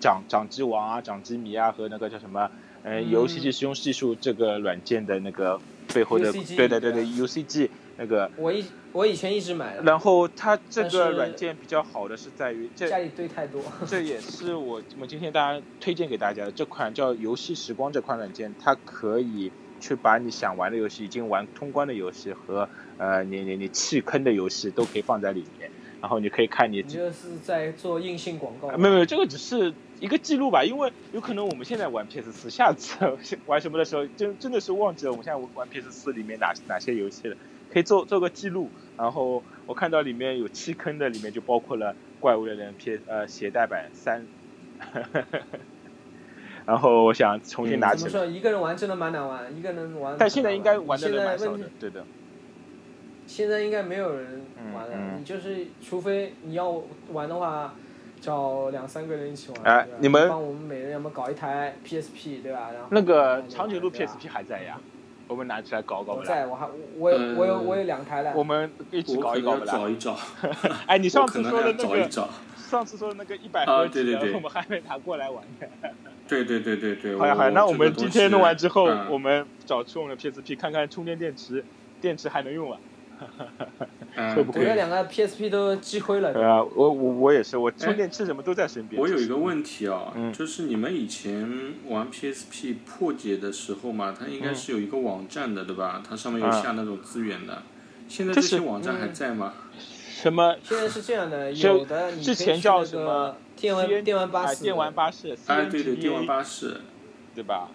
[SPEAKER 3] 掌掌机王啊、掌机迷啊和那个叫什么呃
[SPEAKER 2] 嗯
[SPEAKER 3] 游戏机实用技术这个软件的那个背后的
[SPEAKER 2] UCG
[SPEAKER 3] 对对对对
[SPEAKER 2] 对
[SPEAKER 3] UCG 那个。
[SPEAKER 2] 我以我以前一直买的，
[SPEAKER 3] 然后它这
[SPEAKER 2] 但
[SPEAKER 3] 个
[SPEAKER 2] 是
[SPEAKER 3] 软件比较好的是在于，
[SPEAKER 2] 家
[SPEAKER 3] 这
[SPEAKER 2] 里堆太多，
[SPEAKER 3] 这也是我我今天大家推荐给大家的这款叫《游戏时光》这款软件，它可以去把你想玩的游戏、已经玩通关的游戏和呃你你你弃坑的游戏都可以放在里面，然后你可以看你
[SPEAKER 2] 你这是在做硬性广告
[SPEAKER 3] 啊，。没有没有，这个只是一个记录吧，因为有可能我们现在玩 PS 四，下次 玩什么的时候，真真的是忘记了我们现在玩 PS 四里面哪哪些游戏了，可以做做个记录。然后我看到里面有弃坑的，里面就包括了《怪物猎人 PS》呃携带版三，然后我想重新
[SPEAKER 2] 嗯
[SPEAKER 3] 拿
[SPEAKER 2] 怎
[SPEAKER 3] 起
[SPEAKER 2] 么
[SPEAKER 3] 来，
[SPEAKER 2] 说？一个人玩真的蛮难玩，一个人玩很难玩。
[SPEAKER 3] 但现在应该玩的
[SPEAKER 2] 你
[SPEAKER 3] 人
[SPEAKER 2] 现在
[SPEAKER 3] 蛮少
[SPEAKER 2] 问
[SPEAKER 3] 的
[SPEAKER 2] 题，
[SPEAKER 3] 对的，
[SPEAKER 2] 现在应该没有人玩了，
[SPEAKER 3] 嗯嗯
[SPEAKER 2] 你就是除非你要玩的话，找两三个人一起玩。
[SPEAKER 3] 哎
[SPEAKER 2] 对吧
[SPEAKER 3] 你们
[SPEAKER 2] 帮我们每人要么搞一台 PSP 对吧？然后
[SPEAKER 3] 那
[SPEAKER 2] 我
[SPEAKER 3] 个
[SPEAKER 2] 们就玩
[SPEAKER 3] 长颈鹿
[SPEAKER 2] 对吧
[SPEAKER 3] PSP 还在呀。我们拿起来搞搞不
[SPEAKER 2] 我
[SPEAKER 3] 啦？
[SPEAKER 2] 在我还我
[SPEAKER 3] 呃
[SPEAKER 2] 有我有我有两台了
[SPEAKER 3] 我，们一起
[SPEAKER 1] 我
[SPEAKER 3] 搞
[SPEAKER 1] 可
[SPEAKER 3] 一搞
[SPEAKER 1] 能
[SPEAKER 3] 不
[SPEAKER 1] 要
[SPEAKER 3] 啦？
[SPEAKER 1] 找一 找，
[SPEAKER 3] 哎，你
[SPEAKER 1] 我
[SPEAKER 3] 上
[SPEAKER 1] 可
[SPEAKER 3] 次
[SPEAKER 1] 能
[SPEAKER 3] 说
[SPEAKER 1] 还
[SPEAKER 3] 的
[SPEAKER 1] 要
[SPEAKER 3] 那
[SPEAKER 1] 找一
[SPEAKER 3] 个，
[SPEAKER 1] 找。
[SPEAKER 3] 上次说的那个一百
[SPEAKER 1] 啊
[SPEAKER 3] 合集
[SPEAKER 1] 对对
[SPEAKER 3] 的，
[SPEAKER 1] 对
[SPEAKER 3] 我们还没拿过来玩。
[SPEAKER 1] 对对对对对。
[SPEAKER 3] 好呀好呀，那我
[SPEAKER 1] 这个
[SPEAKER 3] 们
[SPEAKER 1] 东
[SPEAKER 3] 今
[SPEAKER 1] 西
[SPEAKER 3] 天弄完之后，
[SPEAKER 1] 嗯
[SPEAKER 3] 我们找出我们的 PSP，看看充电电池，电池还能用啊？
[SPEAKER 1] 嗯
[SPEAKER 3] 会不
[SPEAKER 2] 我
[SPEAKER 3] 会
[SPEAKER 1] 对
[SPEAKER 2] 那两个 PSP 都积灰了。
[SPEAKER 3] 啊，我我我也是，我充电器什么都在身边。
[SPEAKER 1] 我有一个问题啊、
[SPEAKER 3] 嗯
[SPEAKER 1] 就是你们以前玩 PSP 破解的时候嘛，它应
[SPEAKER 3] 嗯
[SPEAKER 1] 该是有一个网站的，对吧？它上面有
[SPEAKER 3] 啊
[SPEAKER 1] 下那种资源的。现在
[SPEAKER 3] 就
[SPEAKER 1] 这
[SPEAKER 3] 是嗯
[SPEAKER 1] 些网站还在吗？
[SPEAKER 3] 什么
[SPEAKER 2] 现在是这样的，
[SPEAKER 3] 就
[SPEAKER 2] 有的你
[SPEAKER 3] 之前叫什么
[SPEAKER 2] 电玩
[SPEAKER 3] CN
[SPEAKER 2] 电玩八
[SPEAKER 3] 哎
[SPEAKER 2] 四，
[SPEAKER 3] 电玩巴士，
[SPEAKER 1] 哎，对对，
[SPEAKER 3] CNGA
[SPEAKER 1] 电玩巴士，
[SPEAKER 3] 嗯对吧？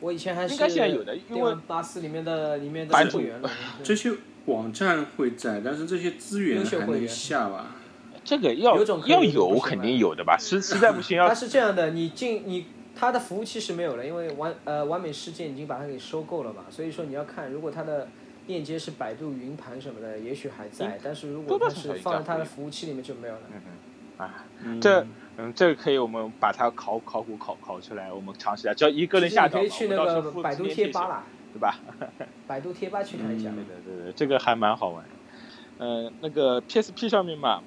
[SPEAKER 2] 我以前还是
[SPEAKER 3] 应该现在有的因为
[SPEAKER 2] 电玩八四里面的里面的
[SPEAKER 3] 白
[SPEAKER 2] 会
[SPEAKER 3] 土
[SPEAKER 2] 员 了。
[SPEAKER 1] 这些网站会在，但是这些资源
[SPEAKER 2] 优秀
[SPEAKER 1] 还
[SPEAKER 2] 会
[SPEAKER 1] 能
[SPEAKER 2] 员
[SPEAKER 1] 下吧？
[SPEAKER 3] 这个要
[SPEAKER 2] 有种可以
[SPEAKER 3] 要
[SPEAKER 2] 有
[SPEAKER 3] 有
[SPEAKER 2] 种不行
[SPEAKER 3] 肯
[SPEAKER 2] 吧
[SPEAKER 3] 定有的吧，实实在不行要
[SPEAKER 2] 它是这样的，你进你它的服务器是没有了，因为完呃完美世界已经把它给收购了嘛，所以说你要看，如果它的链接是百度云盘什么的，也许还在，但是如果
[SPEAKER 3] 多多
[SPEAKER 2] 它
[SPEAKER 3] 少少
[SPEAKER 2] 是
[SPEAKER 3] 有
[SPEAKER 2] 放在
[SPEAKER 3] 点
[SPEAKER 2] 它的服务器里面就没有了。
[SPEAKER 3] 啊，
[SPEAKER 1] 嗯
[SPEAKER 3] 这嗯这个可以我们把它考考古考考出来，我们尝试一下，只要一个人
[SPEAKER 2] 其实
[SPEAKER 3] 下
[SPEAKER 2] 你
[SPEAKER 3] 到
[SPEAKER 2] 可
[SPEAKER 3] 嘛，
[SPEAKER 2] 以去
[SPEAKER 3] 我
[SPEAKER 2] 那
[SPEAKER 3] 们到时候
[SPEAKER 2] 个
[SPEAKER 3] 附
[SPEAKER 2] 百
[SPEAKER 3] 纪
[SPEAKER 2] 度
[SPEAKER 3] 念
[SPEAKER 2] 贴
[SPEAKER 3] 品
[SPEAKER 2] 吧
[SPEAKER 3] 什么
[SPEAKER 2] 啦，
[SPEAKER 3] 的，对吧？
[SPEAKER 2] 百度贴吧去看一下。
[SPEAKER 1] 嗯
[SPEAKER 3] 对对对，这个还蛮好玩。嗯，那个 PSP 上面嘛，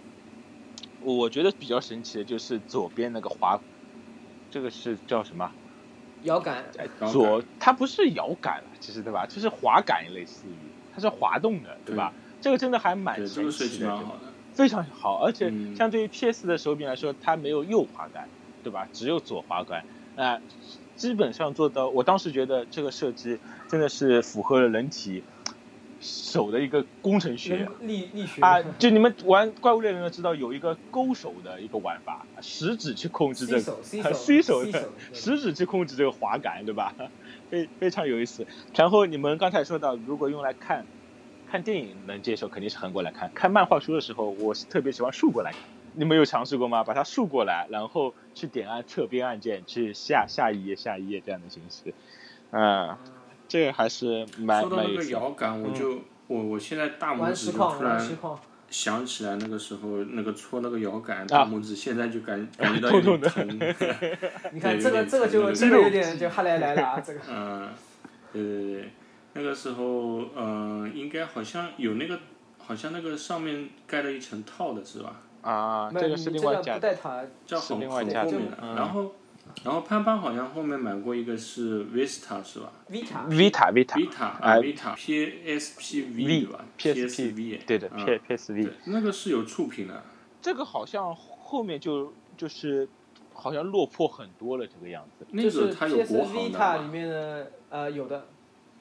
[SPEAKER 3] 我觉得比较神奇的就是左边那个滑，这个是叫什么？
[SPEAKER 2] 摇杆，
[SPEAKER 3] 哎
[SPEAKER 1] 杆
[SPEAKER 3] 左它不是摇杆了，其实对吧？就是滑杆类似于，它是滑动的，对吧？这个真的还蛮
[SPEAKER 1] 对，这
[SPEAKER 3] 神
[SPEAKER 1] 个设
[SPEAKER 3] 奇
[SPEAKER 1] 计
[SPEAKER 3] 的，
[SPEAKER 1] 蛮
[SPEAKER 3] 对吧
[SPEAKER 1] 好的。
[SPEAKER 3] 非常好，而且
[SPEAKER 1] 嗯
[SPEAKER 3] 相对于 PS 的手柄来说，它没有右滑杆，对吧？只有左滑杆，那、基本上做到。我当时觉得这个设计真的是符合了人体手的一个工程学
[SPEAKER 2] 人力力学
[SPEAKER 3] 啊！就你们玩怪物猎人的知道有一个勾手的一个玩法，食指去控制这
[SPEAKER 2] ，C
[SPEAKER 3] 个
[SPEAKER 2] 手 C
[SPEAKER 3] 啊
[SPEAKER 2] 手
[SPEAKER 3] C 手
[SPEAKER 2] C
[SPEAKER 3] 的
[SPEAKER 2] 手，
[SPEAKER 3] 食指去控制这个滑杆，对吧？ 非非常有意思。然后你们刚才说到，如果用来看看电影能接受，肯定是横过来看；看漫画书的时候，我是特别喜欢竖过来看。你们有尝试过吗？把它竖过来，然后去点按侧边按键，去下下一页、下一页这样的形式。嗯，这个还是蛮
[SPEAKER 1] 说到
[SPEAKER 3] 蛮
[SPEAKER 1] 那
[SPEAKER 3] 有意
[SPEAKER 1] 个
[SPEAKER 3] 思的。嗯
[SPEAKER 1] 摇杆，我就、我我现在大拇
[SPEAKER 2] 玩
[SPEAKER 1] 指
[SPEAKER 2] 实
[SPEAKER 1] 就
[SPEAKER 2] 况
[SPEAKER 1] 突
[SPEAKER 2] 玩实
[SPEAKER 1] 然
[SPEAKER 2] 况，
[SPEAKER 1] 想起来那个时候那个搓那个摇杆，大拇指现在就感感 觉到有
[SPEAKER 3] 痛痛
[SPEAKER 1] 点
[SPEAKER 3] 啊的
[SPEAKER 1] 疼。
[SPEAKER 2] 你看
[SPEAKER 1] 对
[SPEAKER 2] 这
[SPEAKER 1] 有点
[SPEAKER 2] 个这个就
[SPEAKER 1] 肌
[SPEAKER 2] 这
[SPEAKER 1] 肉
[SPEAKER 2] 个有点就哈来来 了啊，这个
[SPEAKER 1] 嗯，对对对，那个时候，嗯、应该好像有那个，好像那个上面盖了一层套的是吧？
[SPEAKER 3] 啊，
[SPEAKER 2] 没
[SPEAKER 3] 这
[SPEAKER 2] 有
[SPEAKER 3] 个
[SPEAKER 2] 你
[SPEAKER 3] 是另
[SPEAKER 2] 这
[SPEAKER 3] 外
[SPEAKER 2] 个
[SPEAKER 3] 讲
[SPEAKER 2] 不带它，
[SPEAKER 1] 叫
[SPEAKER 3] 是
[SPEAKER 1] 很
[SPEAKER 3] 另
[SPEAKER 1] 很
[SPEAKER 3] 外
[SPEAKER 1] 后
[SPEAKER 3] 加
[SPEAKER 2] 的
[SPEAKER 1] 面的。
[SPEAKER 3] 嗯
[SPEAKER 1] 然后，然后潘潘好像后面买过一个是 Vista 是吧
[SPEAKER 2] Vita
[SPEAKER 3] Vita Vita，
[SPEAKER 1] ？Vita 啊
[SPEAKER 3] 哎
[SPEAKER 1] ，Vita PSPV 对吧
[SPEAKER 3] PSP，对的
[SPEAKER 1] 嗯
[SPEAKER 3] P PSV
[SPEAKER 1] 对。，那个是有触屏的。
[SPEAKER 3] 这个好像后面就就是好像落魄很多了这个样子。
[SPEAKER 1] 那
[SPEAKER 2] 就
[SPEAKER 1] 个
[SPEAKER 2] 是
[SPEAKER 1] 它有
[SPEAKER 2] PS
[SPEAKER 1] 国行
[SPEAKER 2] Vita 里
[SPEAKER 1] 的，
[SPEAKER 2] 面的呃有的，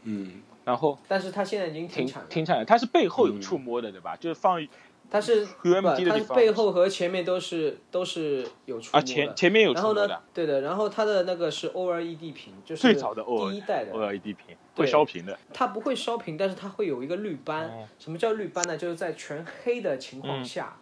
[SPEAKER 1] 嗯，
[SPEAKER 3] 然后
[SPEAKER 2] 但是它现在已经停
[SPEAKER 3] 停
[SPEAKER 2] 产了。
[SPEAKER 3] 停产了，它是背后有触摸的，对吧？
[SPEAKER 2] 嗯
[SPEAKER 3] 就是放
[SPEAKER 2] 它是不，
[SPEAKER 3] 原本
[SPEAKER 2] 它
[SPEAKER 3] 低的地
[SPEAKER 2] 是
[SPEAKER 3] 方
[SPEAKER 2] 背后和前面都是都是有触摸
[SPEAKER 3] 啊
[SPEAKER 2] 的。
[SPEAKER 3] 前前面有触
[SPEAKER 2] 然后
[SPEAKER 3] 摸
[SPEAKER 2] 呢
[SPEAKER 3] 的，，
[SPEAKER 2] 对的，然后它的那个是 OLED 屏，就是
[SPEAKER 3] 最早的 E OLED
[SPEAKER 2] 第一代的，
[SPEAKER 3] OLED 屏
[SPEAKER 2] 对
[SPEAKER 3] 会烧屏的，
[SPEAKER 2] 它不会烧屏，但是它会有一个绿
[SPEAKER 3] 哦
[SPEAKER 2] 斑。什么叫绿斑呢？就是在全黑的情
[SPEAKER 3] 嗯
[SPEAKER 2] 况下，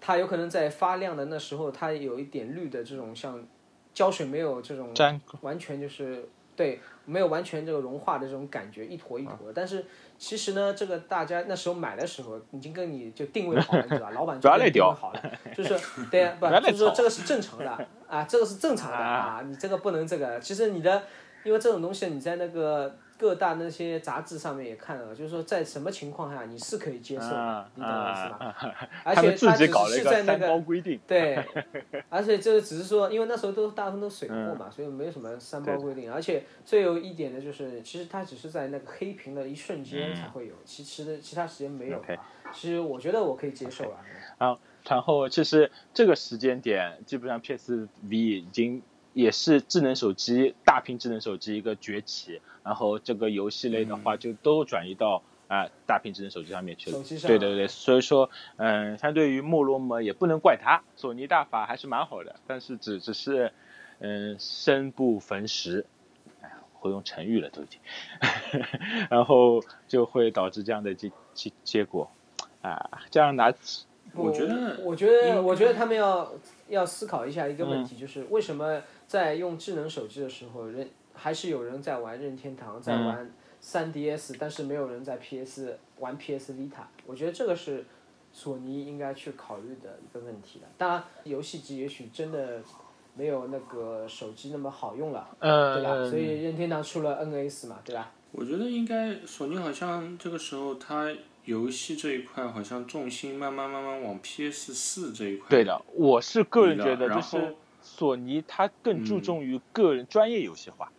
[SPEAKER 2] 它有可能在发亮的那时候，它有一点绿的这种像胶水没有这种
[SPEAKER 3] 粘
[SPEAKER 2] 完全就是对没有完全这个融化的这种感觉，一坨一坨
[SPEAKER 3] 哦
[SPEAKER 2] 的。但是其实呢，这个大家那时候买的时候已经跟你就定位好了， 对吧？老板
[SPEAKER 3] 不
[SPEAKER 2] 就
[SPEAKER 3] 要
[SPEAKER 2] 跟
[SPEAKER 3] 来
[SPEAKER 2] 你定位
[SPEAKER 3] 屌
[SPEAKER 2] 好了，就是对呀、
[SPEAKER 3] 不要
[SPEAKER 2] 不，
[SPEAKER 3] 来
[SPEAKER 2] 就是说
[SPEAKER 3] 吵
[SPEAKER 2] 这个是正常的啊，这个是正常的啊，你这个不能这个。其实你的，因为这种东西你在那个各大那些杂志上面也看了，就是说在什么情况下你是可以接受的，
[SPEAKER 3] 啊
[SPEAKER 2] 你懂我意思吗？
[SPEAKER 3] 啊！
[SPEAKER 2] 而
[SPEAKER 3] 他
[SPEAKER 2] 且
[SPEAKER 3] 们自
[SPEAKER 2] 它只
[SPEAKER 3] 己搞了一
[SPEAKER 2] 是在那
[SPEAKER 3] 三
[SPEAKER 2] 个
[SPEAKER 3] 包规定，
[SPEAKER 2] 对，而且这个只是说，因为那时候都大部分都水货
[SPEAKER 3] 嗯
[SPEAKER 2] 嘛，所以没有什么三包规定。而且最有一点的就是，其实它只是在那个黑屏的一瞬间才会有，其其实其他时间没有
[SPEAKER 3] 嗯 OK
[SPEAKER 2] 嘛。其实我觉得我可以接受啊。
[SPEAKER 3] 然后其实这个时间点，基本上 PSV 已经也是智能手机大屏智能手机一个崛起，然后这个游戏类的话就都转移到啊、大屏智能手机上面去了
[SPEAKER 2] 手。机上
[SPEAKER 3] 对对对，所以说，嗯，相对于没落嘛，也不能怪他，索尼大法还是蛮好的，但是只只是，嗯，生不逢时，哎，会用成语了都已经， 然后就会导致这样的结结结果，啊，这样拿
[SPEAKER 1] 我觉得
[SPEAKER 2] 我觉得，我觉得他们要要思考一下一个问题，就是为什么在用智能手机的时候，任还是有人在玩任天堂，在玩 3DS，、但是没有人在 PS 玩 PS Vita。我觉得这个是索尼应该去考虑的一个问题了。当然，游戏机也许真的没有那个手机那么好用了，对吧？
[SPEAKER 3] 呃
[SPEAKER 2] 所以任天堂出了 NS 嘛，对吧？
[SPEAKER 1] 我觉得应该索尼好像这个时候它游戏这一块好像重心慢慢慢慢往 PS 四这一块。
[SPEAKER 3] 对的，我是个人
[SPEAKER 1] 你
[SPEAKER 3] 觉
[SPEAKER 1] 的
[SPEAKER 3] 得，就
[SPEAKER 1] 然
[SPEAKER 3] 是
[SPEAKER 1] 后
[SPEAKER 3] 索尼它更注
[SPEAKER 1] 嗯
[SPEAKER 3] 重于个人专业游戏化，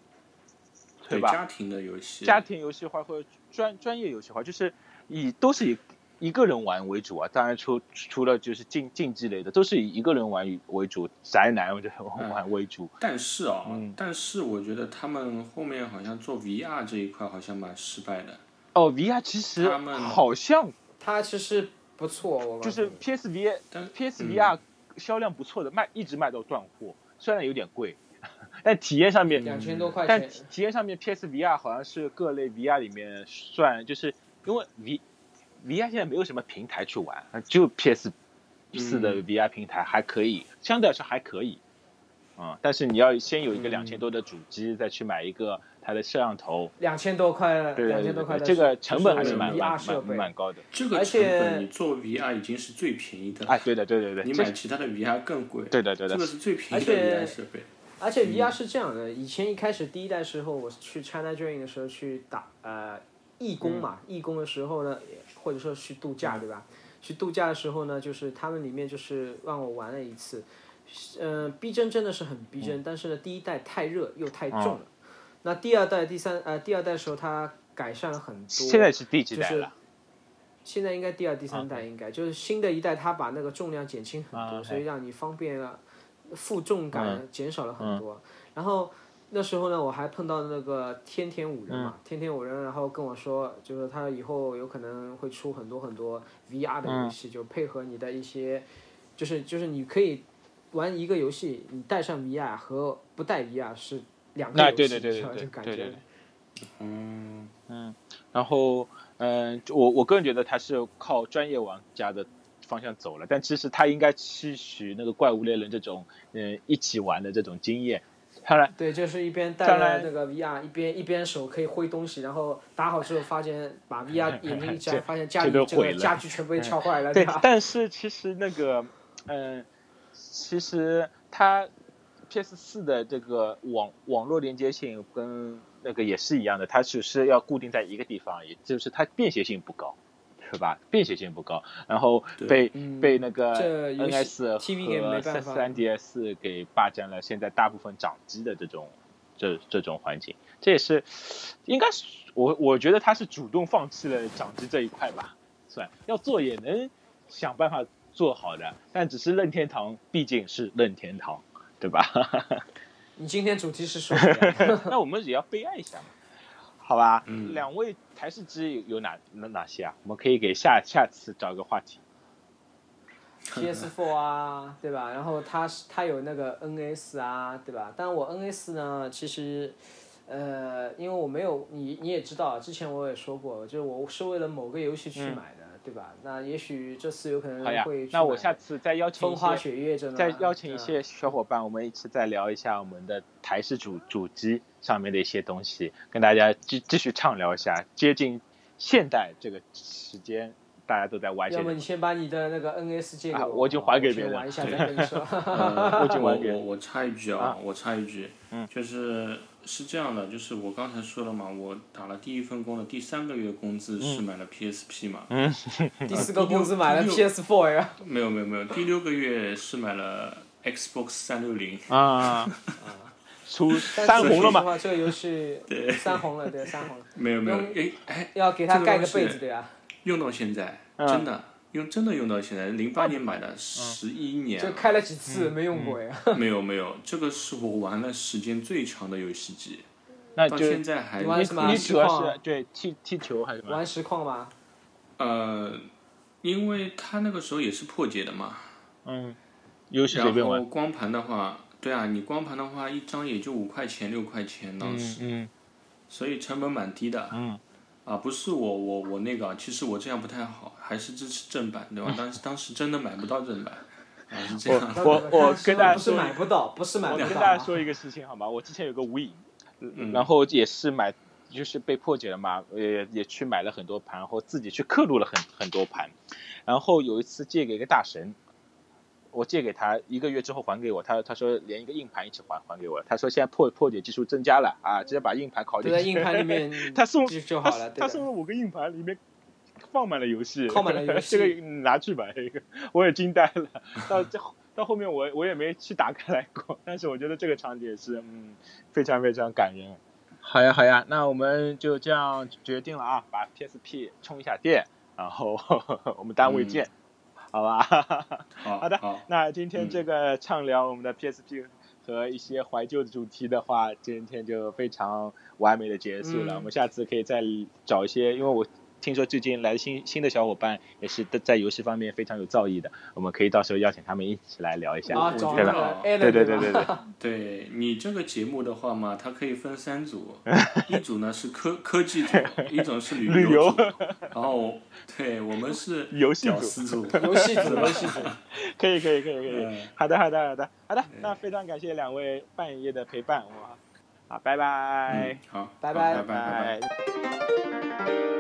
[SPEAKER 1] 对
[SPEAKER 3] 吧？
[SPEAKER 1] 家庭的游戏。
[SPEAKER 3] 家庭游戏化或者专专业游戏化，就是以都是以一个人玩为主啊。当然除除了就是竞竞技类的，都是以一个人玩与为主，宅男我觉得
[SPEAKER 1] 嗯
[SPEAKER 3] 玩为主。
[SPEAKER 1] 但是啊、
[SPEAKER 3] 嗯
[SPEAKER 1] 但是我觉得他们后面好像做 VR 这一块好像蛮失败的。
[SPEAKER 3] 哦，VR 其实
[SPEAKER 1] 他们
[SPEAKER 3] 好像
[SPEAKER 2] 它其实不错，我
[SPEAKER 3] 就是 PSV
[SPEAKER 1] 但
[SPEAKER 3] PSVR
[SPEAKER 1] 嗯
[SPEAKER 3] 销量不错的，卖一直卖到断货，虽然有点贵， 但体验上
[SPEAKER 1] 嗯
[SPEAKER 3] 面
[SPEAKER 2] 两千多块
[SPEAKER 3] 但
[SPEAKER 2] 钱，
[SPEAKER 3] 体体验上面，PSVR 好像是各类 VR 里面算，就是因为 V VR 现在没有什么平台去玩，只有 PS 四的
[SPEAKER 1] 嗯
[SPEAKER 3] VR 平台还可以，相对来说还可以。嗯，但是你要先有一个
[SPEAKER 1] 嗯
[SPEAKER 3] 两千多的主机，再去买一个它的摄像头，
[SPEAKER 2] 两千多块，
[SPEAKER 3] 对
[SPEAKER 2] 两
[SPEAKER 3] 对
[SPEAKER 2] 千多
[SPEAKER 3] 对
[SPEAKER 2] 块
[SPEAKER 3] 对，
[SPEAKER 2] 的
[SPEAKER 3] 这个成本还
[SPEAKER 1] 就是
[SPEAKER 3] 是蛮
[SPEAKER 2] VR
[SPEAKER 3] 蛮
[SPEAKER 2] 设
[SPEAKER 3] 蛮
[SPEAKER 2] 备
[SPEAKER 3] 蛮高的。
[SPEAKER 1] 这个
[SPEAKER 2] 而
[SPEAKER 1] 成
[SPEAKER 2] 且
[SPEAKER 1] 本你做 VR 已经是最便宜的，
[SPEAKER 3] 哎，对的对对对，
[SPEAKER 1] 你
[SPEAKER 3] 这
[SPEAKER 1] 买其他的 VR 更贵。
[SPEAKER 3] 对的对
[SPEAKER 1] 这
[SPEAKER 3] 的
[SPEAKER 1] 个，是最便宜的
[SPEAKER 2] 而且
[SPEAKER 1] VR 设备。
[SPEAKER 2] 而
[SPEAKER 3] 嗯
[SPEAKER 2] 且 VR 是这样的，以前一开始第一代时候，我去 China Dream 的时候去打呃义
[SPEAKER 3] 嗯
[SPEAKER 2] 工嘛，义工的时候呢，或者说去度假对吧？去度假的时候呢，就是他们里面就是让我玩了一次，呃，逼真真的是很逼
[SPEAKER 3] 嗯
[SPEAKER 2] 真，但是呢，第一代太热又太重
[SPEAKER 3] 哦
[SPEAKER 2] 了。那第二代、第三呃第二代的时候，它改善了很多。
[SPEAKER 3] 现在是第几代
[SPEAKER 2] 就是
[SPEAKER 3] 了？
[SPEAKER 2] 现在应该第二、第三代应该就是新的一代，它把那个重量减轻很
[SPEAKER 3] 啊嗯
[SPEAKER 2] 多，
[SPEAKER 3] ，OK
[SPEAKER 2] 所以让你方便了，负重感减少了很多。然后那时候呢，我还碰到那个天天五人嘛，
[SPEAKER 3] 嗯
[SPEAKER 2] 天天五人，然后跟我说，就是他以后有可能会出很多很多 VR
[SPEAKER 3] 嗯
[SPEAKER 2] 的游戏，就配合你的一些，就是就是你可以玩一个游戏，你带上 VR 和不带 VR 是两个游
[SPEAKER 3] 啊
[SPEAKER 2] 戏，
[SPEAKER 3] 对对对
[SPEAKER 2] 你知道
[SPEAKER 3] 对
[SPEAKER 2] 就
[SPEAKER 3] 对
[SPEAKER 2] 感
[SPEAKER 3] 对对
[SPEAKER 2] 觉
[SPEAKER 3] 对
[SPEAKER 1] 嗯，
[SPEAKER 3] 然后，嗯、就我我个人觉得他是靠专业玩家的方向走了，但其实他应该吸取那个怪物猎人这种，嗯、一起玩的这种经验。当然，
[SPEAKER 2] 对，就是一边带
[SPEAKER 3] 当
[SPEAKER 2] 了
[SPEAKER 3] 然
[SPEAKER 2] 那个 VR，一边一边手可以挥东西，然后打好之后发现把 VR 眼睛一
[SPEAKER 3] 这
[SPEAKER 2] 摘，发现家
[SPEAKER 3] 这
[SPEAKER 2] 里
[SPEAKER 3] 都
[SPEAKER 2] 这个
[SPEAKER 3] 毁了嗯
[SPEAKER 2] 家具全部被敲坏了，
[SPEAKER 3] 对
[SPEAKER 2] 吧，？
[SPEAKER 3] 但是其实那个，嗯、其实它 PS 四的这个网网络连接性跟那个也是一样的，它只是要固定在一个地方，也就是它便携性不高，是吧？便携性不高，然后
[SPEAKER 1] 对
[SPEAKER 3] 被
[SPEAKER 2] 嗯
[SPEAKER 3] 被那个
[SPEAKER 2] 这游戏
[SPEAKER 3] NS
[SPEAKER 2] TV 给没
[SPEAKER 3] 呃和
[SPEAKER 2] 办
[SPEAKER 3] 三
[SPEAKER 2] 法
[SPEAKER 3] 三 DS 给霸占了现在大部分掌机的这种这这种环境，这也是应该是我我觉得他是主动放弃了掌机这一块吧，算要做也能想办法做好的，但只是任天堂毕竟是任天堂，对吧？
[SPEAKER 2] 你今天主题是啊说什么呀？
[SPEAKER 3] 那我们也要悲哀一下嘛，好吧？
[SPEAKER 1] 嗯
[SPEAKER 3] 两位台式机有哪哪哪些啊？我们可以给下下次找个话题。
[SPEAKER 2] PS4 啊，对吧？然后它是它有那个 NS 啊，对吧？但我 NS 呢，其实，呃，因为我没有你你也知道，之前我也说过，就是我是为了某个游戏去买的，对吧？那也许这次有可能
[SPEAKER 3] 嗯好呀
[SPEAKER 2] 会，去
[SPEAKER 3] 那我
[SPEAKER 2] 买
[SPEAKER 3] 下次再邀请一
[SPEAKER 2] 风花
[SPEAKER 3] 些，
[SPEAKER 2] 雪月这种啊，
[SPEAKER 3] 再邀请一
[SPEAKER 2] 对吧
[SPEAKER 3] 些小伙伴，我们一起再聊一下我们的台式主主机上面的一些东西，跟大家继继续畅聊一下，接近现代这个时间，大家都在玩这
[SPEAKER 2] 要么
[SPEAKER 3] 个
[SPEAKER 2] 你。先把你的那个 NS 借给我，
[SPEAKER 3] 啊我已经还给别人
[SPEAKER 2] 我去玩一下再跟你说。
[SPEAKER 1] 呃
[SPEAKER 3] 我就
[SPEAKER 1] 我
[SPEAKER 3] 玩给
[SPEAKER 1] 我我插一句啊，我插一句，
[SPEAKER 3] 嗯
[SPEAKER 1] 就是是这样的，就是我刚才说了嘛，我打了第一份工的第三个月工资
[SPEAKER 3] 嗯
[SPEAKER 1] 是买了 PSP 嘛，
[SPEAKER 2] 第四个公司买了 PS4 呀，
[SPEAKER 1] 没有没有没有，第六个月是买了 Xbox 三六零，
[SPEAKER 3] 啊，
[SPEAKER 2] 嗯
[SPEAKER 3] 出三红了嘛？
[SPEAKER 2] 嘛？这个游戏三红了，对，三红了，
[SPEAKER 1] 没有没有，哎哎，
[SPEAKER 2] 要给他盖个被
[SPEAKER 1] 这个东
[SPEAKER 2] 子，
[SPEAKER 1] 西
[SPEAKER 2] 对吧？
[SPEAKER 1] 用到现在，
[SPEAKER 3] 嗯
[SPEAKER 1] 真的用真的用到现在，零八年买的，十一年啊
[SPEAKER 2] 就开了几次没用过呀，
[SPEAKER 1] 没有没有，这个是我玩了时间最长的游戏机，
[SPEAKER 3] 那
[SPEAKER 1] 到
[SPEAKER 3] 就
[SPEAKER 1] 现在还
[SPEAKER 2] 你玩什么
[SPEAKER 3] 你主要
[SPEAKER 2] 实况
[SPEAKER 3] 是对踢踢球还是什么？
[SPEAKER 2] 玩实况嘛，
[SPEAKER 1] 呃，因为它那个时候也是破解的嘛。
[SPEAKER 3] 嗯，游戏随
[SPEAKER 1] 然
[SPEAKER 3] 便玩
[SPEAKER 1] 后。光盘的话，对啊，你光盘的话，一张也就五块钱、六块钱当时，
[SPEAKER 3] 嗯
[SPEAKER 1] 所以成本蛮低的。
[SPEAKER 3] 嗯
[SPEAKER 1] 啊，不是我我我那个啊，其实我这样不太好，还是支持正版， 对吧？当时当时真的买不到正版，啊是这样。
[SPEAKER 3] 我我跟大家
[SPEAKER 2] 不是
[SPEAKER 3] 说
[SPEAKER 2] 买不到，不是买
[SPEAKER 3] 我
[SPEAKER 2] 不
[SPEAKER 3] 跟
[SPEAKER 2] 到
[SPEAKER 3] 大家
[SPEAKER 2] 啊，
[SPEAKER 3] 说一个事情好吗？我之前有个无影，
[SPEAKER 1] 嗯
[SPEAKER 3] 然后也是买，就是被破解了嘛，也也去买了很多盘，然后自己去刻录了很很多盘，然后有一次借给一个大神，我借给他一个月之后还给我，他他说连一个硬盘一起还还给我了，他说现在破破解技术增加了啊，直接把硬盘拷
[SPEAKER 2] 就
[SPEAKER 3] 进
[SPEAKER 2] 在
[SPEAKER 3] 去。
[SPEAKER 2] 硬盘里面
[SPEAKER 3] 他送
[SPEAKER 2] 就就好了，对
[SPEAKER 3] 他
[SPEAKER 2] 的。
[SPEAKER 3] 送了我个硬盘，里面放满了游戏，
[SPEAKER 2] 放满了游戏
[SPEAKER 3] 这个你拿去吧，这个我也惊呆了。到这到后面我我也没去打开来过，但是我觉得这个场景也是嗯非常非常感人。好呀好呀，那我们就这样决定了啊，把 PSP 充一下电，然后 我们单位
[SPEAKER 1] 嗯
[SPEAKER 3] 见，好吧？
[SPEAKER 1] 好
[SPEAKER 3] 好的
[SPEAKER 1] 好，
[SPEAKER 3] 那今天这个畅聊我们的 PSP 和一些怀旧的主题的话，今天就非常完美的结束
[SPEAKER 2] 嗯
[SPEAKER 3] 了。我们下次可以再找一些，因为我听说最近来的新新的小伙伴也是在游戏方面非常有造诣的，我们可以到时候邀请他们一起来聊一下。
[SPEAKER 2] 啊，
[SPEAKER 1] 我
[SPEAKER 2] 找
[SPEAKER 1] 觉
[SPEAKER 2] 那
[SPEAKER 1] 得
[SPEAKER 2] 个
[SPEAKER 1] 啊
[SPEAKER 2] a l
[SPEAKER 3] 对对对
[SPEAKER 2] 吧
[SPEAKER 3] 对对，
[SPEAKER 1] 对你这个节目的话嘛，它可以分三 组，一组呢是科科技组，一种是旅
[SPEAKER 3] 旅游
[SPEAKER 1] 组，然后对我们是
[SPEAKER 3] 游戏
[SPEAKER 1] 屌
[SPEAKER 3] 组
[SPEAKER 1] 丝 组，
[SPEAKER 2] 游戏组，游戏 组，
[SPEAKER 3] 可以可以可以可以
[SPEAKER 1] 嗯，
[SPEAKER 3] 好的好的好的好的，
[SPEAKER 2] 嗯
[SPEAKER 3] 那非常感谢两位半夜的陪伴，哇，好，拜拜。
[SPEAKER 1] 嗯好，好
[SPEAKER 2] 哎拜
[SPEAKER 1] 拜
[SPEAKER 2] 拜
[SPEAKER 1] 拜拜拜。
[SPEAKER 3] 拜。